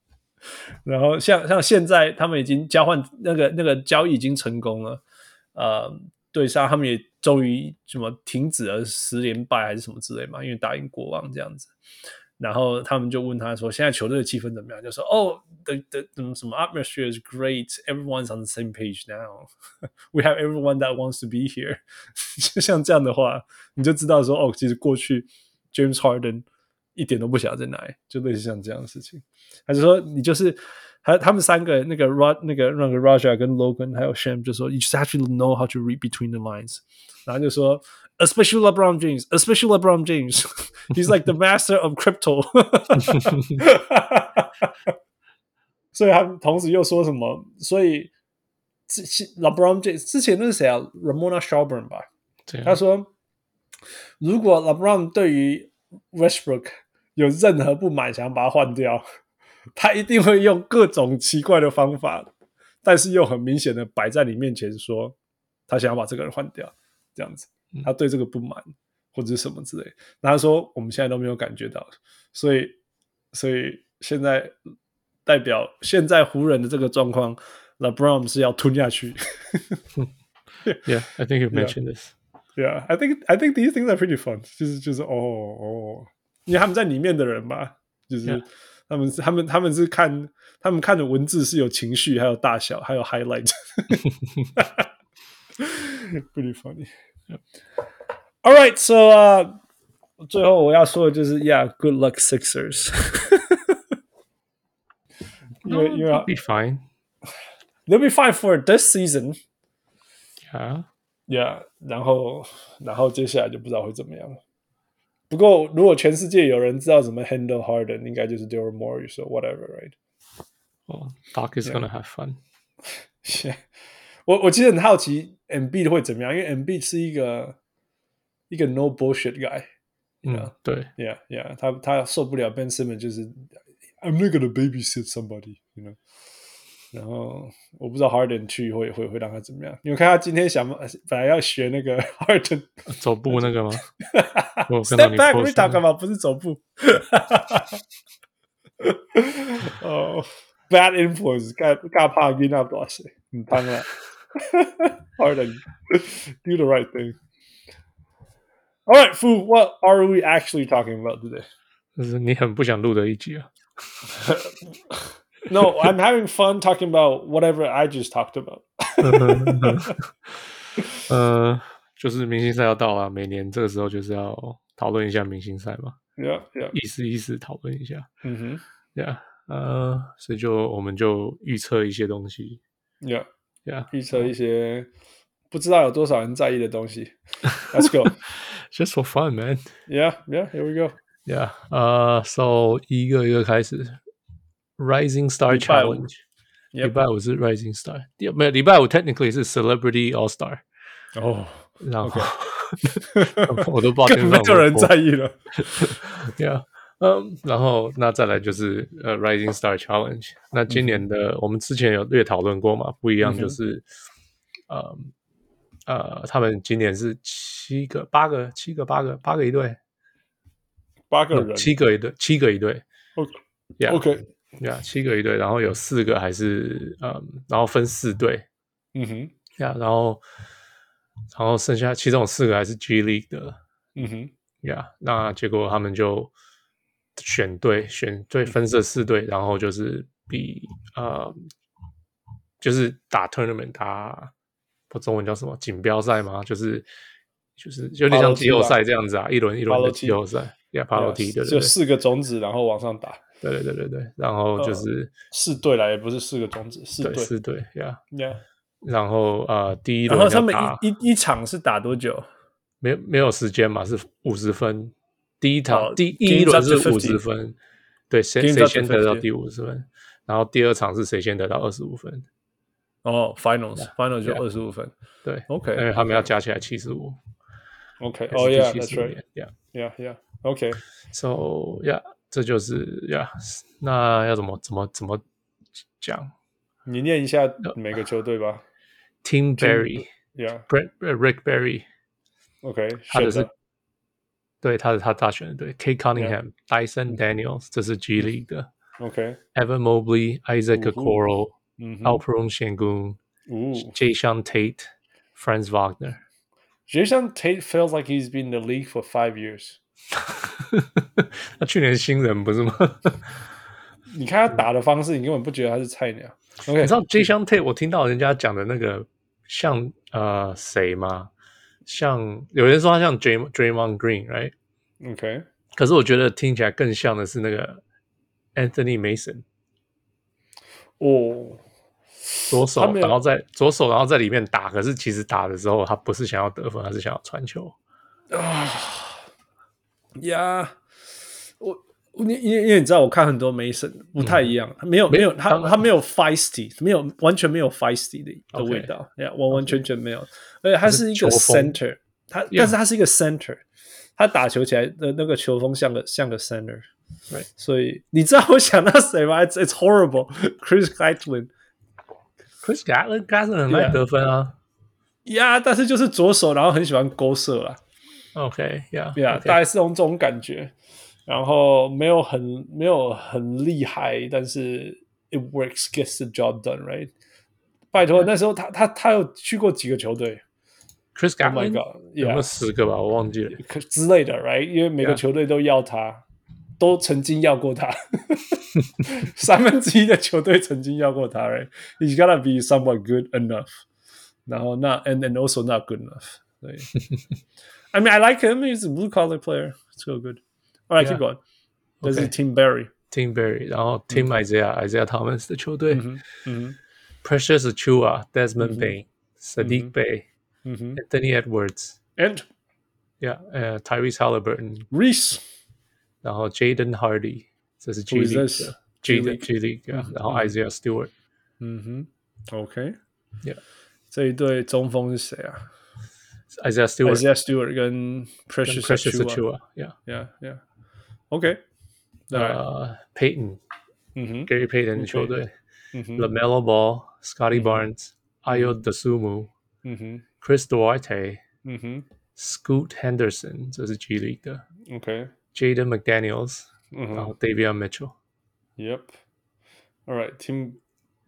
C: 然后像像现在他们已经交换那个那个交易已经成功了，呃，对上他们也终于什么停止了十连败还是什么之类嘛，因为打赢国王这样子。然后他们就问他说：“现在球队的气氛怎么样？”就说：“哦，the the 什么什么 atmosphere is great, everyone's on the same page now. [laughs] We have everyone that wants to be here。”就 [laughs] 像这样的话，你就知道说哦，其实过去 James Harden 一点都不想在哪里，就类似像这样的事情。还是说你就是还他们三个那个 Rod 那个那个 Raja 跟 Logan 还有 Sham 就说 You just have to know how to read between the lines，然后就说 Especially LeBron James, especially LeBron James, [laughs] he's like the master of crypto 。所以他们同时又说什么？所以之前 LeBron James 之前那是谁啊？Ramona Shelburne 吧？
D: 这样
C: 他说，如果 LeBron 对于 Westbrook 有任何不满，想把他换掉， [laughs] 他一定会用各种奇怪的方法，但是又很明显的摆在你面前说，他想要把这个人换掉，这样子，他对这个不满或者是什么之类。那他说我们现在都没有感觉到，所以所以现在代表现在湖人的这个状况，LeBron 是要吞下去。
D: Yeah, I think you mentioned this.
C: Yeah, I think I think these things are pretty fun. 就是就是哦哦，oh. 因为他们在里面的人嘛，就是
D: Yeah.
C: 他们是他们他们是看他们看的文字是有情绪，还有大小，还有 highlight。pretty funny. All right, so 啊、最后我要说的就是，Yeah, good luck Sixers. [laughs] 因为因为
D: be fine.
C: they'll be fine for this season.
D: Yeah.
C: Yeah，然后然后接下来就不知道会怎么样了。不过如果全世界有人知道怎么 handle Harden，应该就是 d a r y l Morey 说 whatever，right？
D: Well, Doc is gonna have fun.
C: [laughs] 我我其实很好奇 MB 会怎么样，因为 MB 是一个一个 no bullshit guy。
D: 嗯，对，
C: Yeah, yeah，他他受不了 Ben Simmons 就是 I'm not gonna babysit somebody，you know。然后我不知道 Harden 去会会会让他怎么样？你们看他今天想本来要学那个 [laughs] Harden
D: [laughs] 走步那
C: [laughs]
D: 个吗？我有看到
C: step
D: 你
C: back，我
D: post
C: 们打干
D: 那个
C: 嘛？不是走 [laughs] 步。哦，bad Oh, influence，干干怕 win up 多少岁？很当 [laughs] 然，Harden do the right thing. All right, Fu, what are we actually talking about today?
D: 这是你很不想录的一
C: [laughs]
D: 集啊。 [laughs]
C: No, I'm having fun talking about whatever I just talked about.
D: 呃，就是明星赛要到了，每年这个时候就是要讨论一下明星赛嘛，
C: Yeah, yeah.
D: 意思意思讨论一下，
C: Mm-hmm.
D: 对啊，呃，所以就我们就预测一些东西，
C: Yeah.
D: 对啊
C: 预测一些不知道有多少人在意的东西。Let's go.
D: j u s t for fun man。
C: Yeah, yeah. Here we go.
D: Yeah，呃、so 一个一个开始，Rising Star
C: 礼拜五
D: Challenge，
C: Yep
D: 礼拜五是 Rising Star，第没有礼拜五 technically 是 Celebrity All Star，
C: 哦，
D: 然后 [laughs] 我都不知道
C: 根
D: 天
C: 本
D: 上
C: 就有人在意了。
D: ，Yeah，嗯，然后那再来就是呃、Rising Star Challenge，那今年的、我们之前有略讨论过嘛，不一样就是，呃呃，他们今年是七个、八个、七个、八个、八个一队，呃
C: 八个人
D: 七个一队，七个一队 Yeah
C: ，OK，
D: 对啊，七个一队，然后有四个还是嗯，然后分四队
C: 嗯哼，
D: 呀然后然后剩下其中有四个还是 G League 的
C: 嗯哼，
D: 呀那结果他们就选队，选
C: 嗯
D: 队分这四队，然后就是比呃，就是打 tournament 打不中文叫什么锦标赛吗？就是就是有点像季后赛这样子啊，一轮一轮
C: 爬楼
D: 的
C: 梯
D: 季后赛呀，爬楼梯对对
C: 就
D: 对
C: 四个种子，然后往上打，
D: 对对对对，然后
C: 呃
D: 就是、
C: 四队来，也不是四个种子，四
D: 对
C: 队。
D: 四队呀。Yeah
C: 呀，
D: 然后呃，第一
C: 然
D: 轮
C: 后
D: 要
C: 他们
D: 打
C: 一一一场是打多久？
D: 没有没有时间嘛，是五十分。第一场、
C: 哦
D: 第
C: games
D: 一轮
C: up to
D: 是五十
C: 50
D: 分，对，谁
C: Games
D: 谁
C: up to
D: 先得到
C: 50
D: 第五十分，然后第二场是谁先得到二十五分，
C: 哦，finals，finals 就
D: yeah
C: 二十五分。
D: 对
C: OK，
D: 因为他们要加起来七十五，
C: OK，
D: 还
C: 哦
D: 是第
C: ，Yeah，that's
D: 七十五年
C: right，Yeah，Yeah，OK。
D: ，Yeah，so yeah，这就是 Yeah，那要怎么怎么怎么讲
C: 你念一下每个球队吧。
D: ？Tim Berry、
C: Yeah，OK，
D: Brett、Rick Berry，他
C: 选
D: 的是
C: 的。
D: 对，他是他大选的队，K Cunningham、Dyson Daniels，这是 G League 的。
C: OK，
D: Evan Mobley、Isaac
C: 嗯哼
D: Okoro、
C: 嗯哼，
D: Alperon Sengun、
C: 哦
D: [laughs] Jason Tate、Franz Wagner。 [laughs]
C: Jason Tate feels like he's been in the league for five years。
D: 他去年新人不是吗？ [laughs]
C: 你看他打的方式，你根本不觉得他是菜鸟。OK，嗯
D: 你知道 Jason Tate，我听到人家讲的那个像呃谁吗？像有人说他像 Dray- Draymond Green，right？
C: OK，
D: 可是我觉得听起来更像的是那个 Anthony Mason，
C: 哦，
D: 左
C: 他
D: 手
C: 没有
D: 然后在左手然后在里面打，可是其实打的时候他不是想要得分，他是想要传球。
C: 啊呀，我我你因为因为你知道，我看很多 Mason 不太一样，他没有没有他
D: 嗯当然
C: 他没有 feisty，没有完全没有 feisty 的的
D: OK
C: 味道，呀，完完全全没有，而且他是一个
D: 他是球风
C: center，他但是他是一个 center，他打球起来的那个球风像个像个 center，
D: Right
C: 所以你知道我想到谁吗？It's it's [laughs] horrible，Chris Gatlin。
D: Chris Gatlin Gatlin 很爱
C: Yeah
D: 得分啊。
C: 呀但是就是左手，然后很喜欢勾射啦，
D: OK，Yeah，
C: 对啊，大概是用这种感觉。然后没有很没有很厉害，但是 it works gets the job done，right？拜托，那时候他他他有去过几个球队
D: Chris
C: ？Oh my
D: Gatlin，、有没
C: god，yeah，
D: 有十个吧？我忘记了。
C: 可之类的，right？因为每个
D: Yeah
C: 球队都要他，都曾经要过他， [laughs] 三分之一的球队曾经要过他，right？He's gotta be somewhat good enough，然后那 and and also not good enough，对。I mean, I like him. He's a blue collar player. It's so good. All right, keep
D: Yeah.
C: going. This
D: Okay.
C: is Tim
D: [laughs]
C: Berry.
D: Tim Berry，然后 Tim Isaiah、Isaiah Thomas 的球队、
C: 嗯
D: p r e c i o u s Chua、Desmond Bain、Sadiq Bay、
C: 嗯哼
D: Anthony Edwards、
C: Mm-hmm. ，And
D: Yeah，呃 Tyrese Halliburton，
C: Reese.
D: 然后 Jaden Hardy，这是 G
C: Who is
D: League
C: this？
D: 的
C: G
D: G League
C: League
D: G League，、啊，然后 Isaiah Stewart，
C: 嗯哼，OK。
D: Yeah
C: Mm-hmm. 这一对中锋是谁啊
D: Isaiah Stewart
C: ？Isaiah Stewart 跟 Precious
D: Precious
C: Achua。
D: Achua，Yeah，
C: Yeah, yeah. OK. 再来，
D: 呃 Payton
C: 嗯哼 Mm-hmm,
D: Gary Payton 的球队
C: 嗯哼
D: Lamelo Ball、Scotty
C: Mm-hmm。
D: Barnes、Ayo Dosumu、
C: 嗯哼，
D: Chris Duarte、
C: 嗯哼
D: Scoot Henderson，这是 G League 的
C: ，OK，
D: Jaden McDaniels，
C: 嗯
D: 然
C: 哼
D: 后 Davion Mitchell，
C: ，Yep，All right，Team，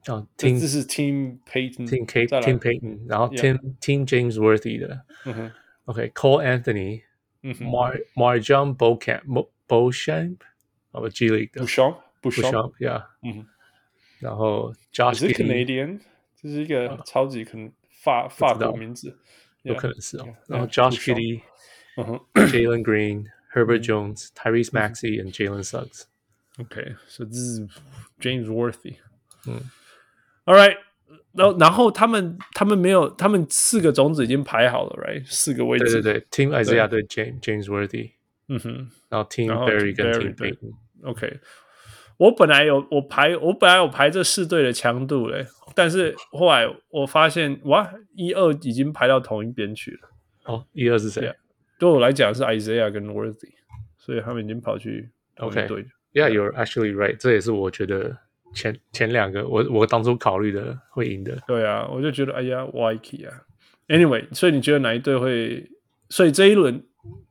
D: 然后
C: 这
D: Tim
C: 这是 Team Payton，
D: Tim K
C: 再来
D: Tim Payton，然后
C: Yeah
D: Tim Tim James Worthy 的
C: 嗯哼，
D: ，OK，Cole Anthony、
C: 嗯哼
D: Mar Marjon Beauchamp Bo- Beauchamp，哦 G League 的
C: 不爽，不爽，
D: Beauchamp，Yeah，
C: 嗯
D: 然后
C: 哼，
D: Josh
C: 是
D: Giddey
C: Canadian，这是一
D: Uh,
C: 个超级可能法法
D: 知道
C: 国名字，
D: 有
C: Yeah，
D: 可能是哦
C: Yeah，，
D: 然后
C: yeah，不
D: Josh
C: 爽 [coughs]
D: Giddey、
C: 嗯哼
D: Jalen Green、Herbert Jones、Tyrese
C: Mm-hmm。
D: Maxey and Jalen Suggs。
C: Okay, so this is James Worthy.
D: 嗯
C: All right. 然后，然后他们他们没有，他们四个种子已经排好了，right？四个位
D: 对
C: 置。
D: 对对，Team Isaiah 对 James James Worthy，
C: 嗯哼
D: 然后 Team
C: 然后
D: Barry 跟
C: Barry，
D: Team
C: 对
D: Payton。
C: ，OK。我本来有我排我本来有排这四队的强度嘞，但是后来我发现哇，一二已经排到同一边去了。
D: 哦，一二是谁
C: Yeah 对我来讲是 Isaiah 跟 Worthy，所以他们已经跑去同一
D: OK
C: 队。
D: ？Yeah, you're actually right。这也是我觉得前前两个我我当初考虑的会赢的。
C: 对啊，我就觉得哎呀，Yiki 啊。Anyway，所以你觉得哪一队会？所以这一轮，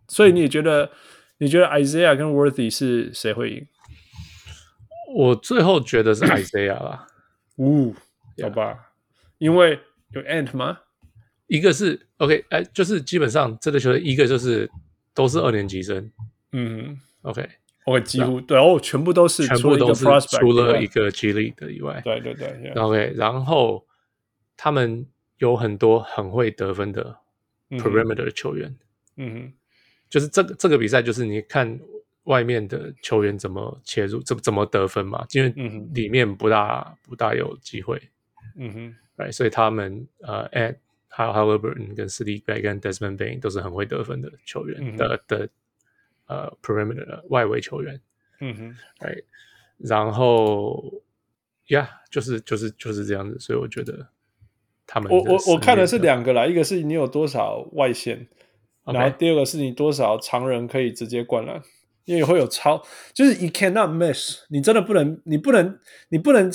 C: 所以你也觉得你觉得 Isaiah 跟 Worthy 是谁会赢？
D: 我最后觉
C: [coughs]
D: 得是 Isaiah 啦，
C: 呜，好吧，因为有 Ant 吗？
D: 一个是 OK，哎，就是基本上这个球队一个就是都是二年级生
C: 嗯
D: ，OK，
C: ，OK，几乎对哦，全部都是
D: 全
C: 除
D: 部
C: 了一个
D: 都是
C: prospect，
D: 除了
C: 对
D: 一个 G League 的以外，
C: 对对对，yeah，
D: OK，然后他们有很多很会得分的
C: 嗯哼
D: perimeter 球员，
C: 嗯哼，
D: 就是这个这个比赛，就是你看外面的球员怎么切入，怎么怎么得分嘛，因为
C: 嗯哼
D: 里面不大不大有机会，
C: 嗯哼，
D: right？所以他们呃 a d 还有 Halliburton 跟 s t e v e Bay 跟 Desmond Bain 都是很会得分的球员、
C: 嗯哼
D: 的的呃 perimeter 的外围球员，
C: 嗯哼，
D: right？然后，yeah，就是就是就是这样子，所以我觉得他们
C: 我我我看的是
D: 两。
C: 两个啦，一个是你有多少外线，
D: OK
C: 然后第二个是你多少常人可以直接灌篮，因为会有超，就是 you cannot miss，你真的不能，你不能，你不能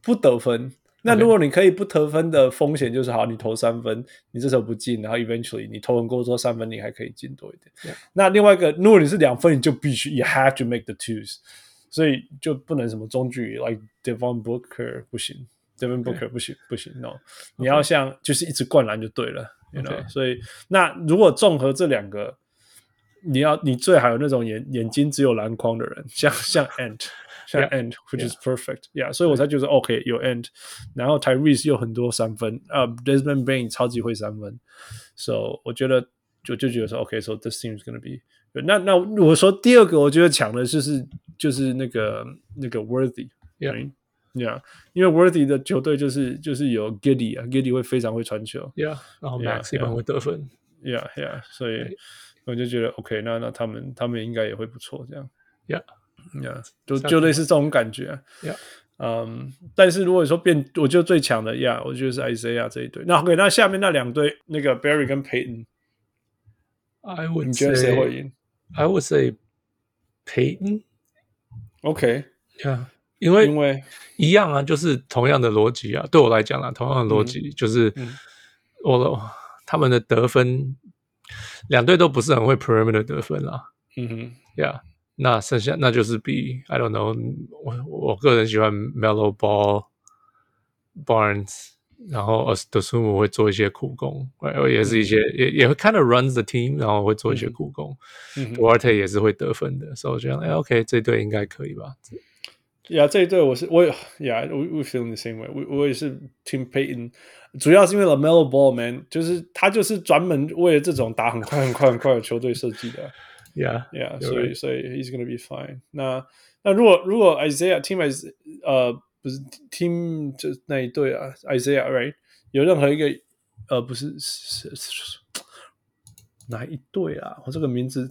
C: 不得分。那
D: OK
C: 如果你可以不得分的风险就是，好，你投三分，你这时候不进，然后 eventually 你投很够多三分，你还可以进多一点。那另外一个，如果你是两分，你就必须 you have to make the twos，所以就不能什么中距离，like Devon Booker 不行，Devon Booker 不行不行，no，你要像就是一直灌篮就对了，you know。
D: OK
C: 所以那如果综合这两个，你要你最好有那种眼眼睛只有篮筐的人，像
D: [laughs]
C: 像 Ant，像
D: Yeah.
C: Ant，which is perfect，yeah。所以我才觉得 OK 有 Ant，然后 Tyrese 又很多三分，呃，Desmond Bain 超级会三分，so 我觉得就就觉得说 OK，so、this team is gonna be。那那我说第二个，我觉得抢的就是就是那个那个 Worthy，
D: Yeah.
C: right? Yeah，因为 Worthy 的球队就是就是有 Giddy 啊，Giddy 会非常会传球
D: Yeah，然后
C: Yeah,
D: Max 一般
C: yeah.
D: 会得分。
C: ，Yeah Yeah，所以我就觉得 OK，那那他们他们应该也会不错这样
D: Yeah，
C: ，Yeah，就
D: 像
C: 就类似这种感觉、啊
D: Yeah
C: 嗯，但是如果说变，我觉得最强的，Yeah，我觉得是 Isaiah 这一队。那 OK，那下面那两队，那个 Barry 跟 Payton，
D: I would
C: 你觉得谁会赢
D: I would say Payton。
C: ？OK，
D: Yeah，因为
C: 因为
D: 一样啊，就是同样的逻辑啊。对我来讲啊，同样的逻辑就是
C: 嗯
D: 我的他们的得分，两队都不是很会 perimeter 得分啦。
C: 嗯哼
D: Yeah，那剩下那就是比 I don't know，我我个人喜欢 Melo Ball Barnes，然后 Astumu 会做一些苦工，right，也是一些、也也会 kind of runs the team，然后会做一些苦工。
C: 嗯哼
D: Duarte 也是会得分的，所以我觉得哎，OK，这队应该可以吧？
C: 呀，这一队我是我也呀，我我 feeling the same way，我我也是 Team Payton，主要是因为 Lamelo Ball man，就是他就是专门为了这种打很快很快很快的球队设计的
D: Yeah，
C: ，Yeah，
D: You're
C: 所以
D: right.
C: 所以 he's gonna be fine 那。那如果如果 Isaiah Team Is 呃不是 Team 就那一队啊，Isaiah right 有任何一个呃不是是是是哪一队啊？我这个名字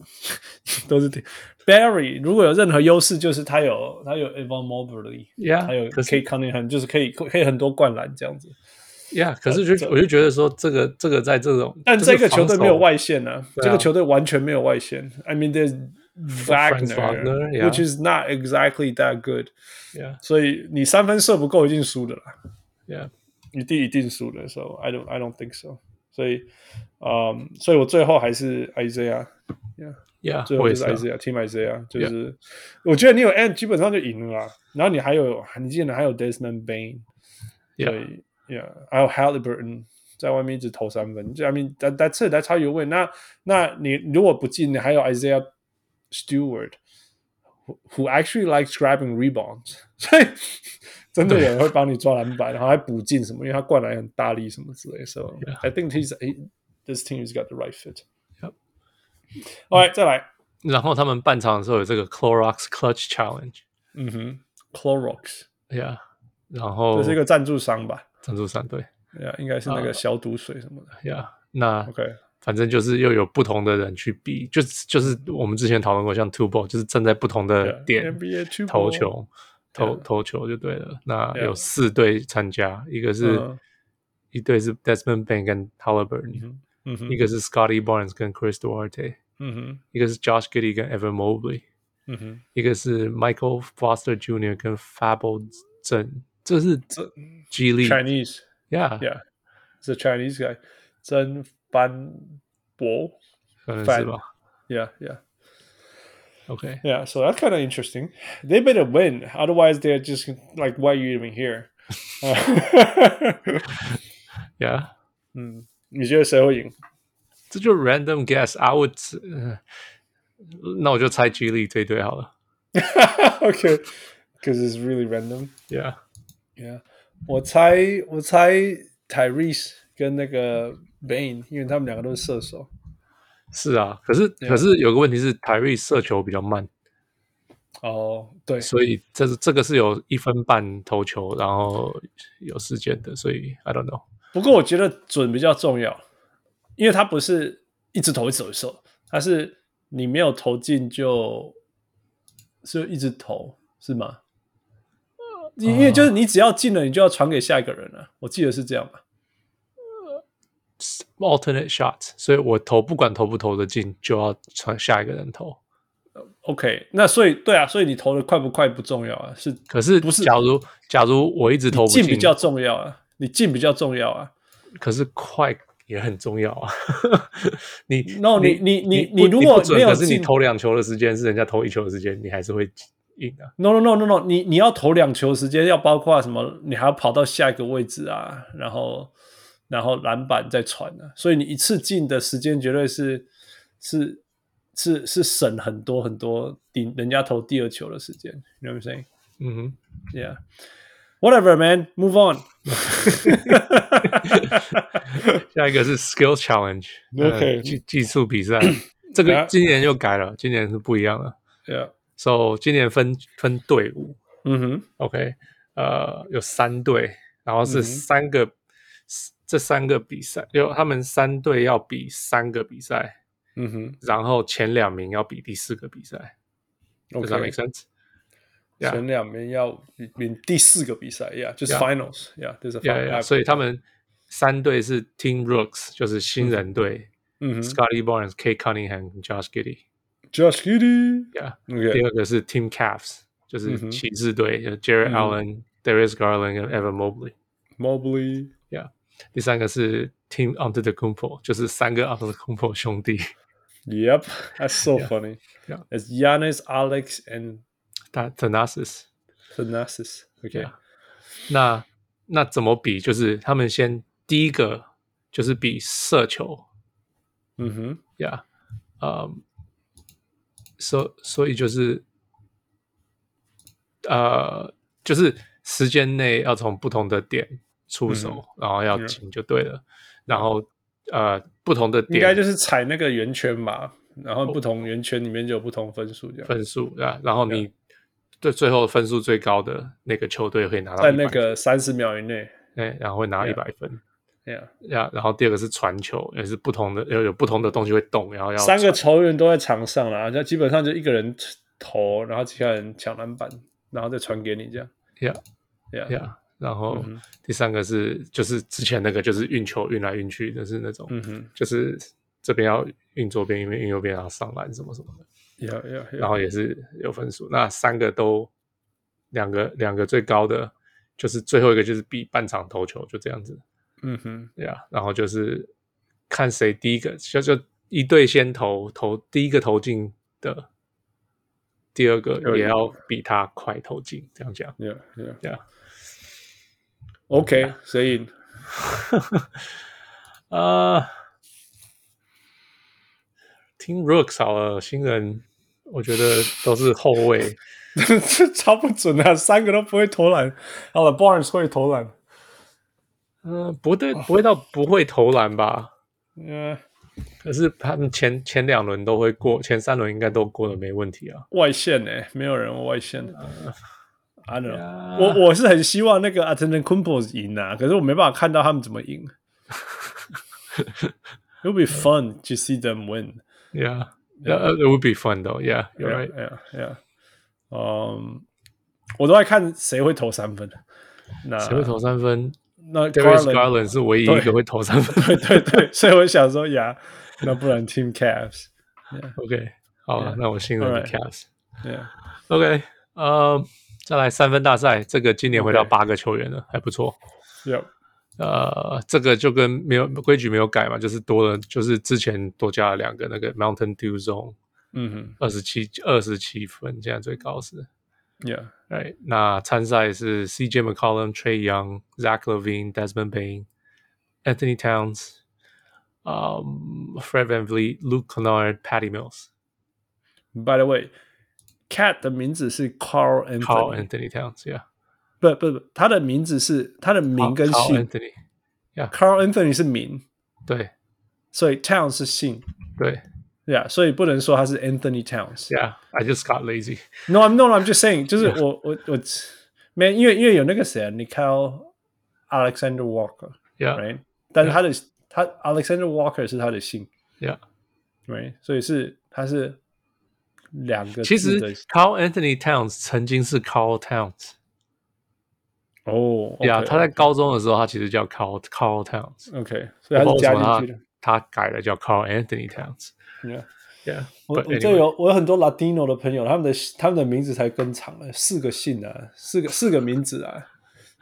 C: 都是挺 Barry。如果有任何优势，就是他有他有 Evan Mobley，
D: Yeah，
C: 还有
D: 可是
C: K Cunningham，就是可以可以很多灌篮这样子。
D: Yeah，可是就我就觉得说这个这个在这种，
C: 呃但
D: 就
C: 这
D: 是
C: 个球队没有
D: 防守
C: 外线啊，
D: 对啊
C: 这个球队完全没有外线。I mean, there's
D: Franz
C: Wagner,
D: Wagner，yeah.
C: which is not exactly that good。
D: Yeah,
C: 所以你三分射不够，一定输的啦。
D: yeah.
C: 一定一定输的。So I don't I don't think so。所以，嗯，所以我最后还是 Isaiah，yeah，
D: Yeah，
C: 最后
D: 我
C: 就
D: 也
C: 是
D: 是啊
C: Isaiah，Team Isaiah，就是我觉得你有 N 基本上就赢了啦。然后你还有，你竟然还有 Desmond Bain，
D: Yeah，
C: 对，Yeah，还有 Halliburton 在外面一直投三分。就 I mean that that's it, that's how you win 那。那你如果不进，你还有 Isaiah Stewart。who- Who actually likes grabbing rebounds？所以 [laughs]
D: [laughs]
C: 真的有人会帮你抓篮板，然后还补进什么，因为他灌篮很大力什么之类。So I think he's he, this team has got the right fit.
D: Yep.
C: All right，再来，
D: 然后他们半场的时候有这个 Clorox Clutch Challenge。
C: 嗯
D: Mm-hmm。
C: 哼，Clorox，
D: Yeah，然后
C: 这是一个赞助商吧？
D: 赞助商对
C: 呀，应该是那个
D: Oh。啊
C: 消毒水什么的。
D: ，Yeah，那
C: OK，
D: 反正就是又有不同的人去比，就是就是我们之前讨论过，像 Two Ball 就是站在不同的
C: Yeah，
D: 点
C: NBA two ball
D: 投球，投
C: Yeah
D: 投球就对了。那
C: Yeah
D: 有四队参加，一个是、
C: 嗯
D: 一队是 Desmond Bain 跟 Halliburton，、
C: 嗯哼
D: 一，个是 Scotty Barnes 跟 Chris Duarte，
C: 嗯哼，
D: 一个是 Josh Giddy 跟 Evan Mobley，
C: 嗯哼，
D: 一个是 Michael Foster Jr. 跟 Fabo 郑，这是
C: 这
D: G League，Yeah。
C: Chinese。Yeah, the Chinese guy, 曾班博
D: 可能
C: 反
D: 是吧。
C: Yeah, yeah,
D: OK，
C: yeah. So that's kind of interesting. They better win, otherwise they're just like, why you even here? [laughs]
D: 呀，
C: 嗯，你觉得谁会赢？
D: 这就 random guess，I would，呃那我就猜 G League 这一队好了。
C: [laughs] okay, because it's really random.
D: Yeah，
C: Yeah，我猜我猜 Tyrese 跟那个 Bane，因为他们两个都是射手。
D: 是啊，可是可是有个问题是台瑞射球比较慢，
C: 哦，对，
D: 所以这是这个是有一分半投球，然后有时间的，所以 I don't know。
C: 不过我觉得准比较重要，因为他不是一直投一直投一直投，他是你没有投进就是一直投是吗？
D: 嗯
C: 因因为就是你只要进了，你就要传给下一个人了。我记得是这样吧？
D: alternate shots，所以我投不管投不投得进，就要传下一个人投。
C: OK，那所以对啊，所以你投的快不快不重要啊，是
D: 可是，
C: 不是
D: 假如假如我一直投不
C: 进
D: 进，
C: 比较重要啊，你进比较重要啊。
D: 可是快也很重要啊。 [laughs] 你
C: No，你你你
D: 你不
C: 你如果
D: 不准
C: 没有
D: 可是你
C: 进
D: 投两球的时间是人家投一球的时间，你还是会赢啊。
C: No no no no no，你你要投两球时间要包括什么？你还要跑到下一个位置啊，然后然后篮板再传啊，所以你一次进的时间绝对是是是是省很多很多顶人家投第二球的时间，you know what I'm saying？
D: 嗯哼。
C: Yeah. Whatever, man. Move on. [laughs]
D: 下一个是 skill challenge，
C: OK
D: 呃、技技术
C: [coughs]
D: 比赛，这个
C: Yeah
D: 今年又改了，今年是不一样了。
C: yeah. [laughs]
D: So 今年分分队伍
C: 嗯哼。
D: ，OK，呃，有三队，然后
C: 嗯
D: 是三个，这三个比赛，就他们三队要比三个比赛，
C: 嗯哼。
D: 然后前两名要比第四个比赛。Does that
C: OK
D: make。sense？Yeah
C: 前两名要比第四个比赛，Yeah，就是
D: Yeah
C: Finals。Yeah，this is
D: 呀呀，
C: final。
D: 所以他们三队是 Team Rooks，就是新人队、
C: 嗯哼
D: s c o t t y Barnes、K Cunningham、Josh Giddy。
C: ，Josh Giddy。
D: Yeah，
C: OK。
D: 第二个是 Team Cavs，
C: 嗯
D: 就是
C: 哼
D: 骑士队、有 Jared
C: 嗯
D: Allen、Darius Garland 跟 Evan Mobley。
C: Mobley。
D: 第三个是 Team Antetokounmpo，就是三个 Antetokounmpo 兄弟， [laughs]
C: Yep, that's so funny.
D: Yeah.
C: It's Giannis, Alex, and
D: 他 Tenasis。
C: Thanasis. Okay.
D: Yeah. 那那怎么比？就是他们先第一个就是比射球
C: Mm-hmm.
D: ，Yeah，呃，所所以就是呃，就是时间内要从不同的点出手，
C: 嗯
D: 然后要
C: 嗯
D: 进就对了。然后呃，不同的
C: 应该
D: 点
C: 就是踩那个圆圈嘛，然后不同圆圈里面就有不同分数，这样。
D: 分数啊，然后你对最后分数最高的那个球队会拿到
C: 在
D: 100
C: 那个三十秒以内
D: 哎，然后会拿
C: Yeah
D: 一百分。
C: ，Yeah，
D: 呀、然后第二个是传球，也是不同的，要有不同的东西会动，然后要
C: 三个
D: 传
C: 球员都在场上了，那基本上就一个人投，然后其他人抢篮板，然后再传给你这样。
D: 呀
C: Yeah，
D: 呀，然后
C: 嗯哼
D: 第三个是就是之前那个就是运球运来运去，就是那种、
C: 嗯哼
D: 就是这边要运左边，因为运右边然后上篮什么什么的。
C: Yeah, yeah, yeah.
D: 然后也是有分数。那三个都两个两个最高的，就是最后一个就是比半场投球，就这样子。
C: 嗯哼，
D: 对啊，然后就是看谁第一个，就就一队先投投第一个投进的，第二个
C: 就
D: 也要比他快投进，这样讲。
C: yeah, yeah.
D: 对啊，
C: OK，所以
D: [laughs] 呃，听 Rook 少了新人，我觉得都是后卫。
C: 这 [laughs] 超不准的、三个都不会投篮。好了，Barnes 会投篮。
D: 嗯、不对，不会到不会投篮吧？
C: 呃，
D: 可是他们前前两轮都会过，前三轮应该都过的没问题啊。
C: 外线呢、没有人外线。I
D: 嗯
C: don't know，、
D: 呀
C: 我我是很希望那个 a t t e n d a n t Kumpos 赢啊，可是我没办法看到他们怎么
D: [laughs]
C: 赢。It'll be fun to see them win.
D: Yeah, yeah, it would be fun though. Yeah, you're right.
C: Yeah, yeah. 嗯、我都在看谁会投三分。那
D: 谁会？投三分
C: 那
D: Darius
C: Uh， Garland-
D: Garland 是唯一一
C: 对
D: 个会投三分。
C: [laughs] 对对对，所以我想说呀，那不然 Team Cavs，
D: [laughs] OK，好啊
C: Yeah.
D: 那我信任你
C: Alright.
D: Cavs。
C: 对啊
D: OK，呃，再来三分大赛，这个今年回到
C: OK
D: 八个球员了，还不错。
C: ，Yep，
D: 呃，这个就跟没有规矩没有改嘛，就是多了，就是之前多加了两个那个 Mountain Dew Zone，
C: 嗯
D: 二十七二十七分，现在最高是。
C: 哼，Yeah，
D: Right，那参赛是 C.J. McCollum、Trey Young、Zach Levine、Desmond Bain、Anthony Towns、um, Fred VanVleet、Luke Kennard、Patty Mills、
C: By the way，Cat 的名字是 Carl a n t h
D: Carl
C: o n
D: Anthony Towns，Yeah，
C: 不不不，他的名字是他的名跟
D: Carl
C: 姓
D: Anthony，
C: ，Carl Anthony 是名，
D: 对
C: 所以 Town 是姓，
D: 对
C: 对啊，所以不能说他是 Anthony Towns。
D: ，Yeah，I just got lazy。
C: No, I'm no, I'm just saying，就是我我我，man，因为因为有那个谁啊，Nicole Alexander Walker，right？
D: Yeah，
C: 但是他的他 Alexander Walker 是他的姓。
D: Yeah，
C: 对，所以是它是两个
D: 其
C: 字
D: 实
C: 的
D: Carl Anthony Towns 曾经是 Carl Towns。
C: 哦
D: 呀，他在高中的时候，他其实叫 Carl Carl Towns，
C: OK，所以
D: 然
C: 它
D: 后
C: 是加
D: 为什么
C: 进去的。
D: 他他改了叫 Carl Anthony Towns。
C: Yeah
D: Yeah，
C: 我我
D: but anyway
C: 这有我有很多 Latino 的朋友，他们的他们的名字才更长了，四个姓啊，四个四个名字啊，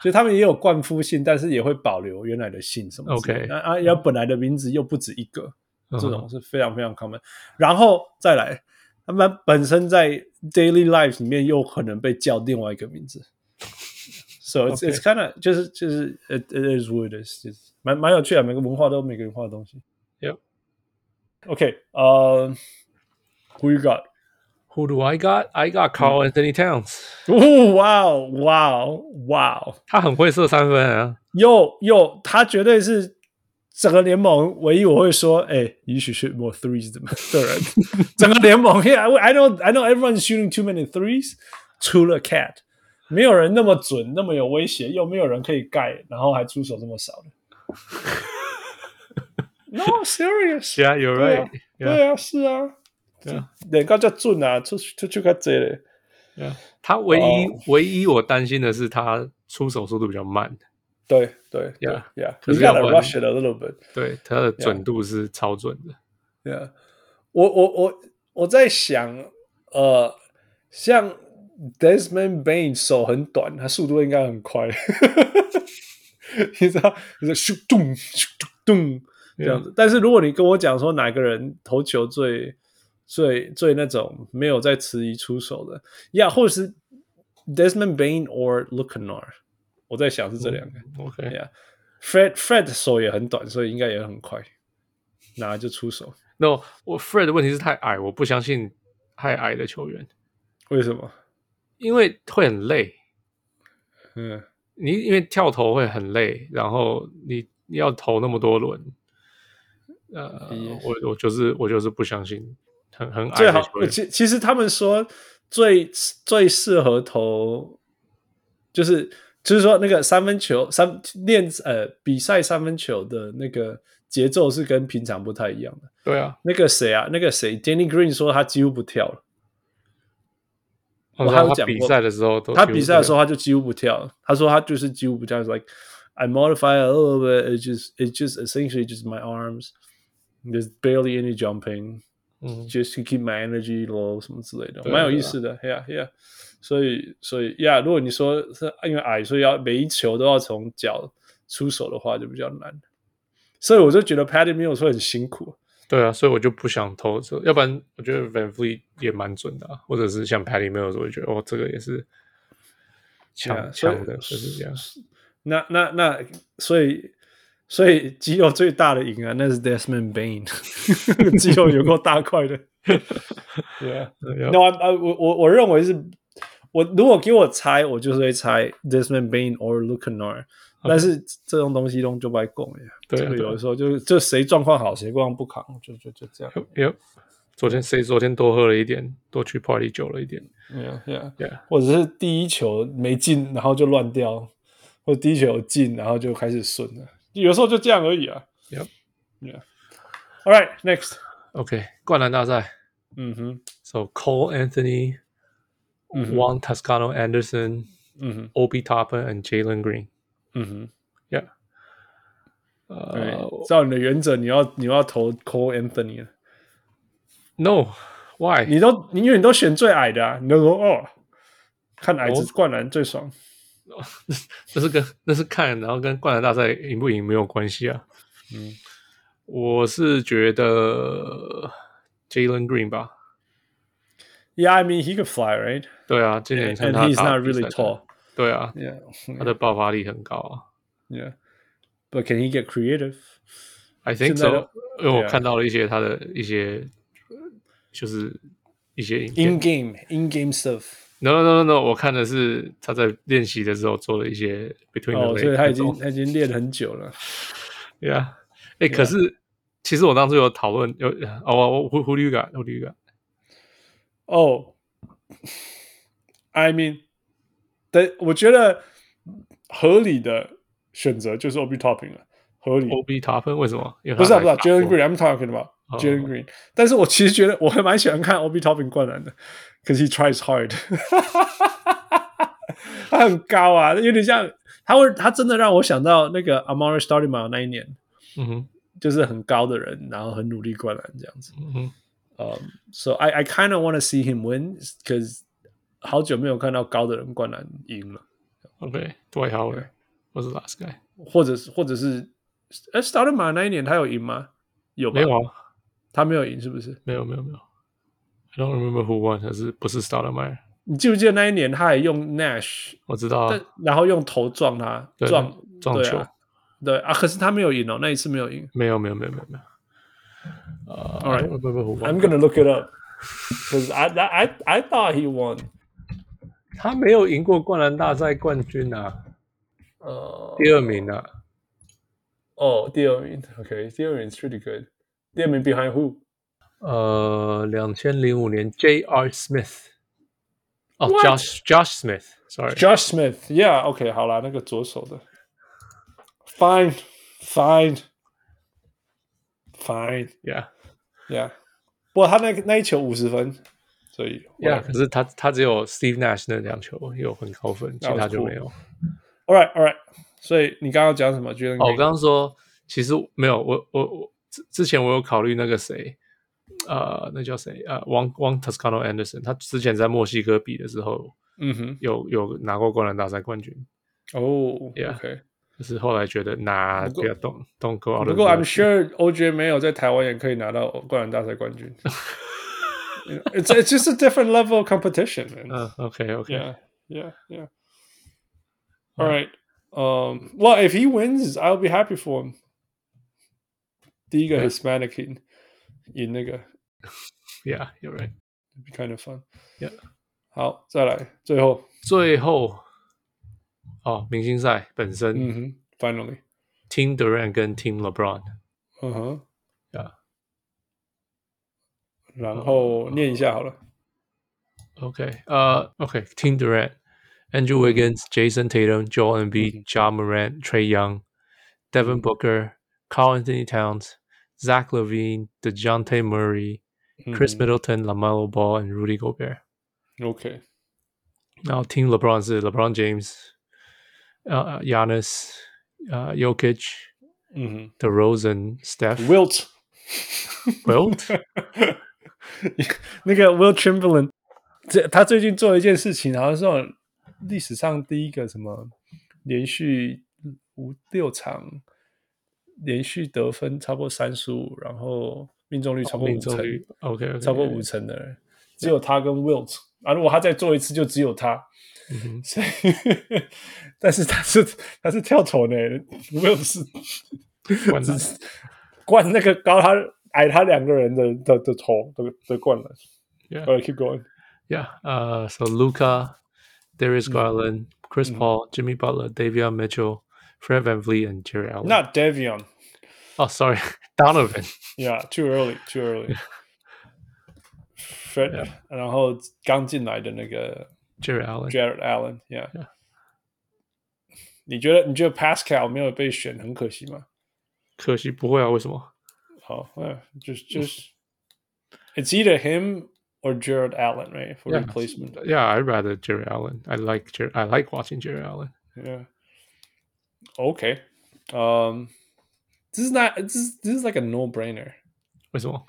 C: 所以他们也有冠夫姓，但是也会保留原来的姓什么之类的
D: OK
C: 那啊，要本来的名字又不止一个，
D: 嗯
C: 这种是非常非常 common。然后再来，他们本身在 daily life 里面又可能被叫另外一个名字，so it's it's kind of 就是就是呃 it it is what it is，就是蛮蛮有趣啊的，每个文化都有每个文化的东西。
D: Yep.
C: Okay. Uh, who you got?
D: Who do I got? I got
C: Hmm
D: Carl Anthony Towns，
C: 哦，哇哦，哇哦，哇哦！
D: 他很会射三分啊。
C: 又又，他绝对是整个联盟唯一我会说，哎、也许是 more threes 的的人。整个联盟，Yeah，I I know I know everyone's shooting too many threes，除了 Cat，没有人那么准，那么有威胁，又没有人可以盖，然后还出手这么少的。No serious，
D: Yeah, you're
C: 对啊
D: right.
C: 对啊，是啊，
D: 对啊
C: 人家叫准啊，出去出去较济嘞。
D: Yeah. 他唯一
C: 哦
D: 唯一我担心的是他出手速度比较慢，
C: 对对
D: Yeah，
C: yeah，
D: 可
C: you
D: 是要
C: gotta
D: 不然
C: rush it a little bit。
D: 对他的准度是超准的。
C: Yeah，我我我我在想，呃，像 Desmond Bain 手很短，他速度应该很快， [laughs] 你知道，就是咻咚咻咚咚这样子。但是如果你跟我讲说哪个人投球最最最那种没有在迟疑出手的，呀、或者是 Desmond Bain or l u k a n a r 我在想是这两个。
D: 嗯 OK，
C: Yeah. Fred Fred 的手也很短，所以应该也很快，拿就出手。
D: 那我 Fred 的问题是太矮，我不相信太矮的球员，
C: 为什么？
D: 因为会很累。
C: 嗯
D: 你因为跳投会很累，然后你你要投那么多轮，呃
C: 也，
D: 我我就是我就是不相信很很，矮
C: 最
D: 的
C: 好
D: 球员。
C: 其其实他们说最最适合投，就是就是说那个三分球三练呃比赛三分球的那个节奏是跟平常不太一样的。
D: 对啊，
C: 那个谁啊，那个谁，Danny Green 说他几乎不跳了，我
D: 我
C: 还有
D: 他
C: 讲
D: 比
C: 过
D: 赛的时候都
C: 他
D: 几乎
C: 比
D: 不
C: 赛的
D: 会
C: 时候他就几乎不跳了，他说他就是几乎不跳，is like I modify a little bit, it just it just essentially just my arms, there's barely any jumping,
D: 嗯
C: just to keep my energy low 什么之类的，
D: 对啊
C: 蛮有意思的，yeah yeah。所以所以 yeah，如果你说是因为矮，所以要每一球都要从脚出手的话，就比较难。所以我就觉得 Patty Mills 会很辛苦，
D: 对啊，所以我就不想投这，要不然我觉得 Van Fleet 也蛮准的、啊，或者是像 Patty Mills，我就觉得哦，这个也是强
C: Yeah，所以啊
D: 强的，就是这样。
C: 那那那，所以所以肌肉最大的赢啊，那是 Desmond
D: [laughs]
C: Bain，肌肉有够大块的。 [laughs] 对啊，
D: 对啊
C: 那我啊我我我认为是，我如果给我猜，我就是会猜 Desmond Bain or l u c a n o r 但是这种东西都就白供呀，
D: 对啊
C: 这个
D: 对啊
C: 有的时候就是就谁状况好，谁状况不扛，就就就这样。
D: 有、昨天谁昨天多喝了一点，多去 party 久了一点
C: Yeah, yeah.
D: ，Yeah，
C: 或者是第一球没进，然后就乱掉，或者第一球有进，然后就开始顺了，有时候就这样而已啊。
D: Yep.
C: Yeah. All right, next.
D: OK，灌篮大赛
C: 嗯哼，
D: ，So Cole Anthony、
C: 嗯哼
D: Juan Toscano Anderson、
C: 嗯哼，
D: Obi Toppin and Jalen Green。
C: 嗯哼。
D: Yeah，
C: 对
D: 呃、，
C: 照你的原则，你要你要投 Cole Anthony 了。
D: No，Why？
C: [laughs] 你都你因为你都选最矮的啊，你都说哦，看矮子
D: 哦
C: 灌篮最爽。
D: 那是跟那是看，然后跟灌篮大赛赢不赢没有关系啊。
C: 嗯，
D: 我是觉得 Jalen Green 吧，
C: Yeah, I mean he could fly, right?
D: 对啊，今年
C: And
D: 看他
C: he's
D: 打
C: not
D: 比赛
C: really tall.
D: 对啊，
C: Yeah,
D: 他的爆发力很高啊。
C: yeah. But can he get creative?
D: I think
C: 现在
D: so，
C: 的
D: 因为我
C: 对啊
D: 看到了一些他的一些，就是一些影片
C: In。game, in game stuff.
D: No no no no，no，我看的是他在练习的时候做了一些 between the
C: 哦，
D: legs
C: 所以他已
D: 那
C: 经
D: 种
C: 他已经练很久了。
D: 对啊，哎，可是其实我当初有讨论有哦，我我 who who do you got who do you got？
C: 哦、i mean，对，我觉得合理的选择就是 OB Topping 了，合理。
D: OB 塔分为什么？因为
C: 嗯
D: 他
C: 不是啊，不是
D: 来
C: 啊
D: 打
C: ，Jalen
D: 过
C: Green，I'm talking about
D: 哦
C: Jalen Green。但是我其实觉得我还蛮喜欢看 OB Topping 灌篮的，cause he tries hard 。他很高啊，有点像他会，他真的让我想到那个 Amari s t a r d i m a 那一年，
D: 嗯哼
C: 就是很高的人，然后很努力灌篮这样子。
D: 嗯哼
C: Um, so I I kind of want to see him win because 好久没有看到高的人灌篮赢了，
D: ，OK，对，Howard was the last guy，
C: 或者是或者是，哎 s t a r d e m a 那一年他有赢吗？有吧
D: 没有？啊，
C: 他没有赢是不是？
D: 没有没有没有，I don't remember who won，可是不是 Stoudemire，
C: 你记不记得那一年他还用 Nash，、
D: 我知道啊
C: 但然后用头撞他
D: 对
C: 撞
D: 撞
C: 对
D: 球
C: 啊，对啊，可是他没有赢哦，那一次没有赢。
D: 没有没有没有没有没有，呃
C: All right，
D: I don't remember who won
C: I'm gonna look it up because I I I thought he won.
D: 他没有赢过灌篮大赛冠军啊，
C: 呃，
D: 第二名啊，
C: 哦，第二名，OK，第二名 is pretty good。第二名 behind who？
D: 呃，两千零五年 J.R. Smith，哦
C: What？
D: ，Josh Josh Smith，sorry，
C: Josh Smith，Yeah，OK，、好啦，那个左手的，Fine，Fine，Fine，Yeah。
D: yeah
C: 不过他那个那一球五十分，所以
D: yeah，可是他他只有 Steve Nash 那两球有很高分，其
C: 那我
D: 他就
C: 哭
D: 没有。
C: All right，All right。所以你刚刚讲什么？觉得
D: 哦，我刚刚说其实没有，我我我之之前我有考虑那个谁，呃，那叫谁？呃，王王 Toscano Anderson，他之前在墨西哥比的时候
C: 嗯哼，
D: 有有拿过灌篮大赛冠军，
C: 哦、
D: Yeah
C: OK。
D: 可是后来觉得拿
C: 不过
D: 不要动动 go out。
C: 不过 I'm sure OJ 没有在台湾也可以拿到灌篮大赛冠
D: [laughs]
C: 军。You know, it's it's just a different level of competition. man.
D: 嗯，OK OK，
C: Yeah, yeah, yeah. All right. Um, well, if he wins, I'll be happy for him. 第一个
D: Yeah.
C: Hispanic 赢赢那个
D: Yeah, you're right.
C: be kind of fun.
D: Yeah.
C: 好，再来最后，
D: 最后，哦，明星赛本身、
C: Mm-hmm. finally.
D: t e a m Durant 跟 Team LeBron，
C: 嗯哼，
D: Yeah. 嗯
C: 然后念一下好了。
D: OK，呃、o k t e a m Durant、Andrew Wiggins、Jason Tatum、Joel Embiid、Ja Morant、Trey Young、Devin Booker、Carl Anthony Towns、Zach Levine、DeJounte Murray、Chris
C: 嗯 Mm-hmm.
D: Middleton、LaMelo Ball and Rudy Gobert。
C: OK，
D: 然后 Team LeBron 是 LeBron James、呃 Giannis、呃 Jokic、
C: 嗯
D: DeRozan、
C: 哼
D: Steph、
C: ，Wilt，
D: Wilt。
C: [laughs] 那个 Will Chamberlain，这他最近做了一件事情，好像是那种历史上第一个什么连续五六场连续得分超过三十五，然后命中率超过五
D: 哦命
C: 成
D: 中，率 OK，
C: 超过五成的人，只有他跟 Wilt 啊，如果他再做一次，就只有他。
D: 嗯
C: 所以， [laughs] 但是他是他是跳投呢，Wilt 是
D: 灌篮
C: 只 [laughs] 灌那个高他矮他两个人的的的头的的灌篮。
D: Yeah.
C: All right, keep going.
D: Yeah. Uh, so Luca,
C: Mm-hmm.
D: Darius Garland, Chris Paul, Jimmy Butler, Davion Mitchell, Fred Van Vliet, and Jerry Allen.
C: Not Davion.
D: oh, sorry. [laughs] Donovan.
C: Yeah, too early, too early. Fred，、
D: Yeah.
C: 然后刚进来的那个
D: Jerry Allen.
C: Jared Allen，Yeah。
D: Yeah.
C: 你觉得你觉得 Pascal 没有被选很可惜吗？好，嗯，就是就是，It's either him or Jared Allen, right, for
D: Yeah.
C: replacement.
D: Yeah, I'd rather Jerry Allen. I like Jer- I like watching Jerry Allen.
C: Yeah. Okay. Um, this is not this is this is like a no [laughs] brainer.
D: 为什么？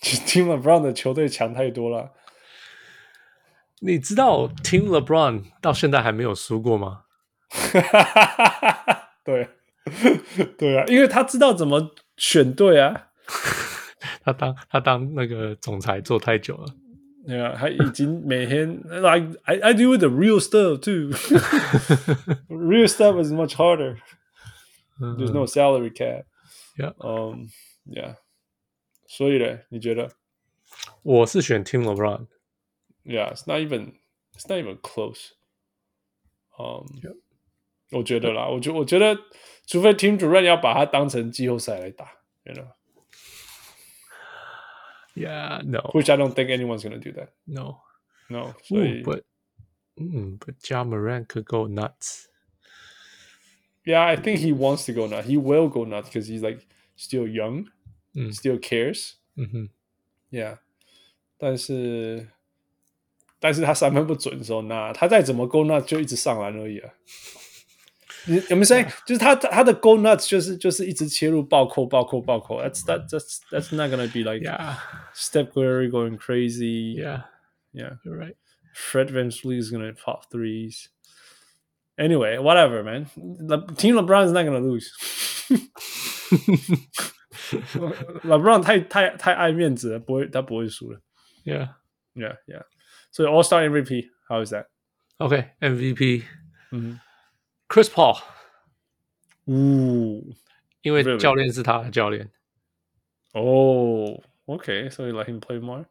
C: Team LeBron 的球队强太多了。
D: 你知道 Team LeBron 到现在还没有输过吗？
C: [laughs] 对， [laughs] 对啊，因为他知道怎么选对啊。
D: 他当他当那个总裁做太久了。
C: 对啊，他已经每天 [laughs] like I I do the real stuff too. [laughs] real stuff is much harder. There's no salary cap.
D: Uh, Yeah.
C: Um. Yeah. 所以呢，你觉得
D: 我是选 Team LeBron。
C: Yeah, it's not even it's not even close. Um,
D: Yep.
C: 我觉得啦，我觉我觉得，除非 Team 主任要把它当成季后赛来打，you know，which
D: Yeah, no,
C: I don't think anyone's gonna do that.
D: no.
C: No，所以
D: Ooh, but mm, but Ja Morant could go nuts.
C: yeah, I think he wants to go nuts. He will go nuts because he's like still young,
D: 嗯
C: still cares.
D: 嗯哼，
C: Yeah，但是但是他三分不准的时候，那他再怎么 go nuts 就一直上篮而已啊。你有没有 saying？就是 [laughs] 他他的 go nuts 就是就是一直切入暴扣暴扣暴扣。That's that that's that's not gonna be like
D: Yeah,
C: Steph Curry going crazy.
D: yeah,
C: Yeah.
D: you're
C: [laughs]
D: right.
C: Fred VanVleet is gonna pop threes. Anyway, whatever, man. Le- Team LeBron is not gonna
D: [laughs]
C: lose. [laughs] LeBron 太太太爱面子了，不会他不会输的。
D: Yeah.
C: Yeah, yeah. So All Star MVP, how is that?
D: Okay, MVP.
C: 嗯
D: Chris Paul，
C: Ooh.
D: 因为
C: Really?
D: 教练是他的教练，
C: Oh. Okay. So you let him play more.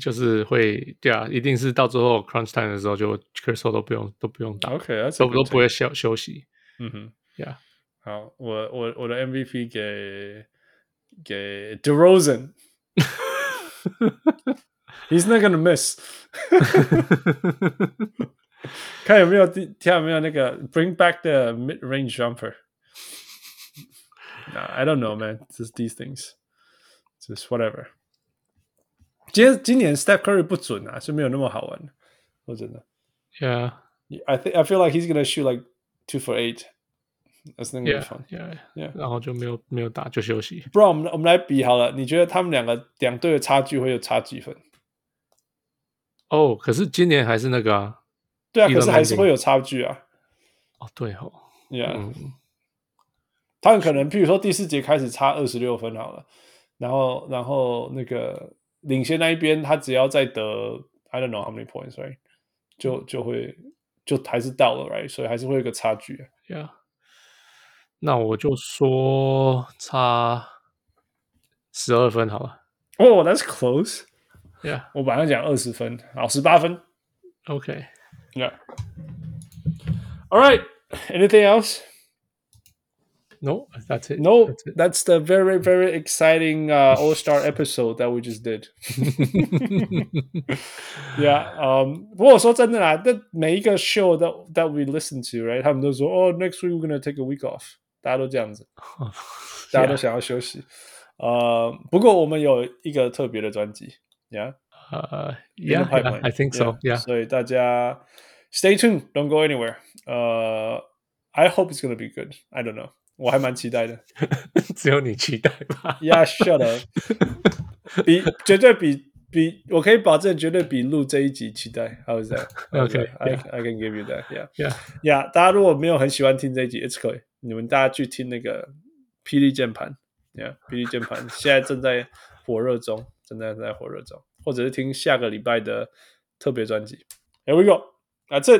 D: 就是会对啊，一定是到最后 crunch time 的时候，就 Chris Paul 都不用都不用打，
C: Okay. That's
D: 都都不会休休息。
C: 嗯哼。
D: Yeah.
C: 好，我我我的 MVP 给给 DeRozan。He's not gonna miss [laughs] 看有没有第看有没有那个 bring back the mid range jumper。Nah, I don't know, man. Just these things, just whatever. 今天今年 Steph Curry 不准啊，是没有那么好玩。说真的 [laughs]
D: Yeah,
C: I think I feel like he's gonna shoot like two for eight. That's not gonna be
D: yeah,
C: fun.
D: yeah,
C: Yeah.
D: 然后就没有没有打就休息。
C: 不然我们我们来比好了，你觉得他们两个两队的差距会有差几分？
D: 哦，可是今年还是那个啊，
C: 对啊，
D: 一
C: 可
D: 分
C: 是还是
D: 半径
C: 会有差距啊。
D: 哦对哦，
C: Yeah，、
D: 嗯，
C: 他们可能，譬如说第四节开始差二十六分好了，然后然后那个领先那一边，他只要再得 I don't know how many points right，就就会就还是到了 right，所以还是会有一个差距、啊。
D: Yeah，那我就说差十二分好了。
C: 哦、t h a t s close。
D: Yeah，OK，、
C: 我本来讲二十分，好，十八分。Yeah。All right. Anything else?
D: No，that's it。
C: No,
D: [laughs] That's it.
C: that's the very, very exciting uh, All Star episode that we just
D: [laughs]
C: did. yeah. Um. 不过说真的啦，那每一个 show that that we listen to, right？他们都说，哦、n e x t week we're gonna take a week off。大家都这样子，
D: Uh,
C: 大家都
D: Yeah，
C: 想要休息。呃、Um, 不过我们有一个特别的专辑，Yeah，
D: 呃
C: Inner
D: ，Yeah，I
C: Pipeline，
D: think so。Yeah， [laughs]
C: 所以大家 Stay tuned, don't go anywhere. 呃、i hope it's gonna be good. I don't know. 我还蛮期待的。
D: [laughs] 只有你期待吧。
C: Yeah, shut up. [laughs] 比绝对比比，我可以保证绝对比录这一集期待。How's that? How's
D: [laughs] Okay,
C: that? I I can give you that. Yeah.
D: Yeah.
C: Yeah，大家如果没有很喜欢听这一集，It's cool，你们大家去听那个霹雳键盘，Yeah，霹雳键盘现在正在火热中，正在正在火热中，或者是听下个礼拜的特别专辑。Here we go，啊这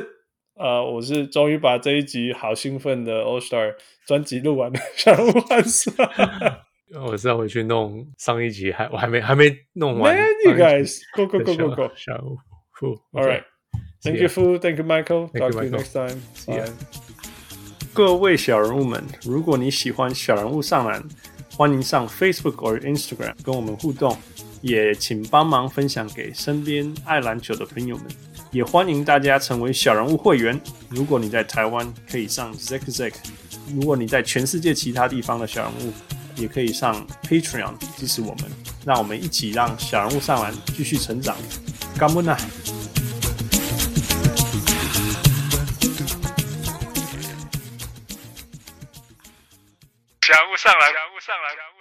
C: 呃，我是终于把这一集好兴奋的 All Star 专辑录完了，想录完是吧
D: 我是要回去弄上一集还我还没还没弄完。
C: ，Man you
D: 上一
C: guys
D: 集
C: [laughs] go go go
D: 等
C: go go，
D: 下午下午。
C: All right. Thank you, Fu. Thank you, Michael.
D: Thank you,
C: Talk to you
D: Michael.
C: next time.
D: See ya.
C: Bye. 各位小人物们，如果你喜欢小人物上篮，欢迎上 Facebook 或 Instagram 跟我们互动，也请帮忙分享给身边爱篮球的朋友们。也欢迎大家成为小人物会员。如果你在台湾，可以上 z a k z a k 如果你在全世界其他地方的小人物，也可以上 Patreon 支持我们。让我们一起让小人物上篮继续成长。干杯啦！
A: 小人物上来，小人物上来，小人物上来。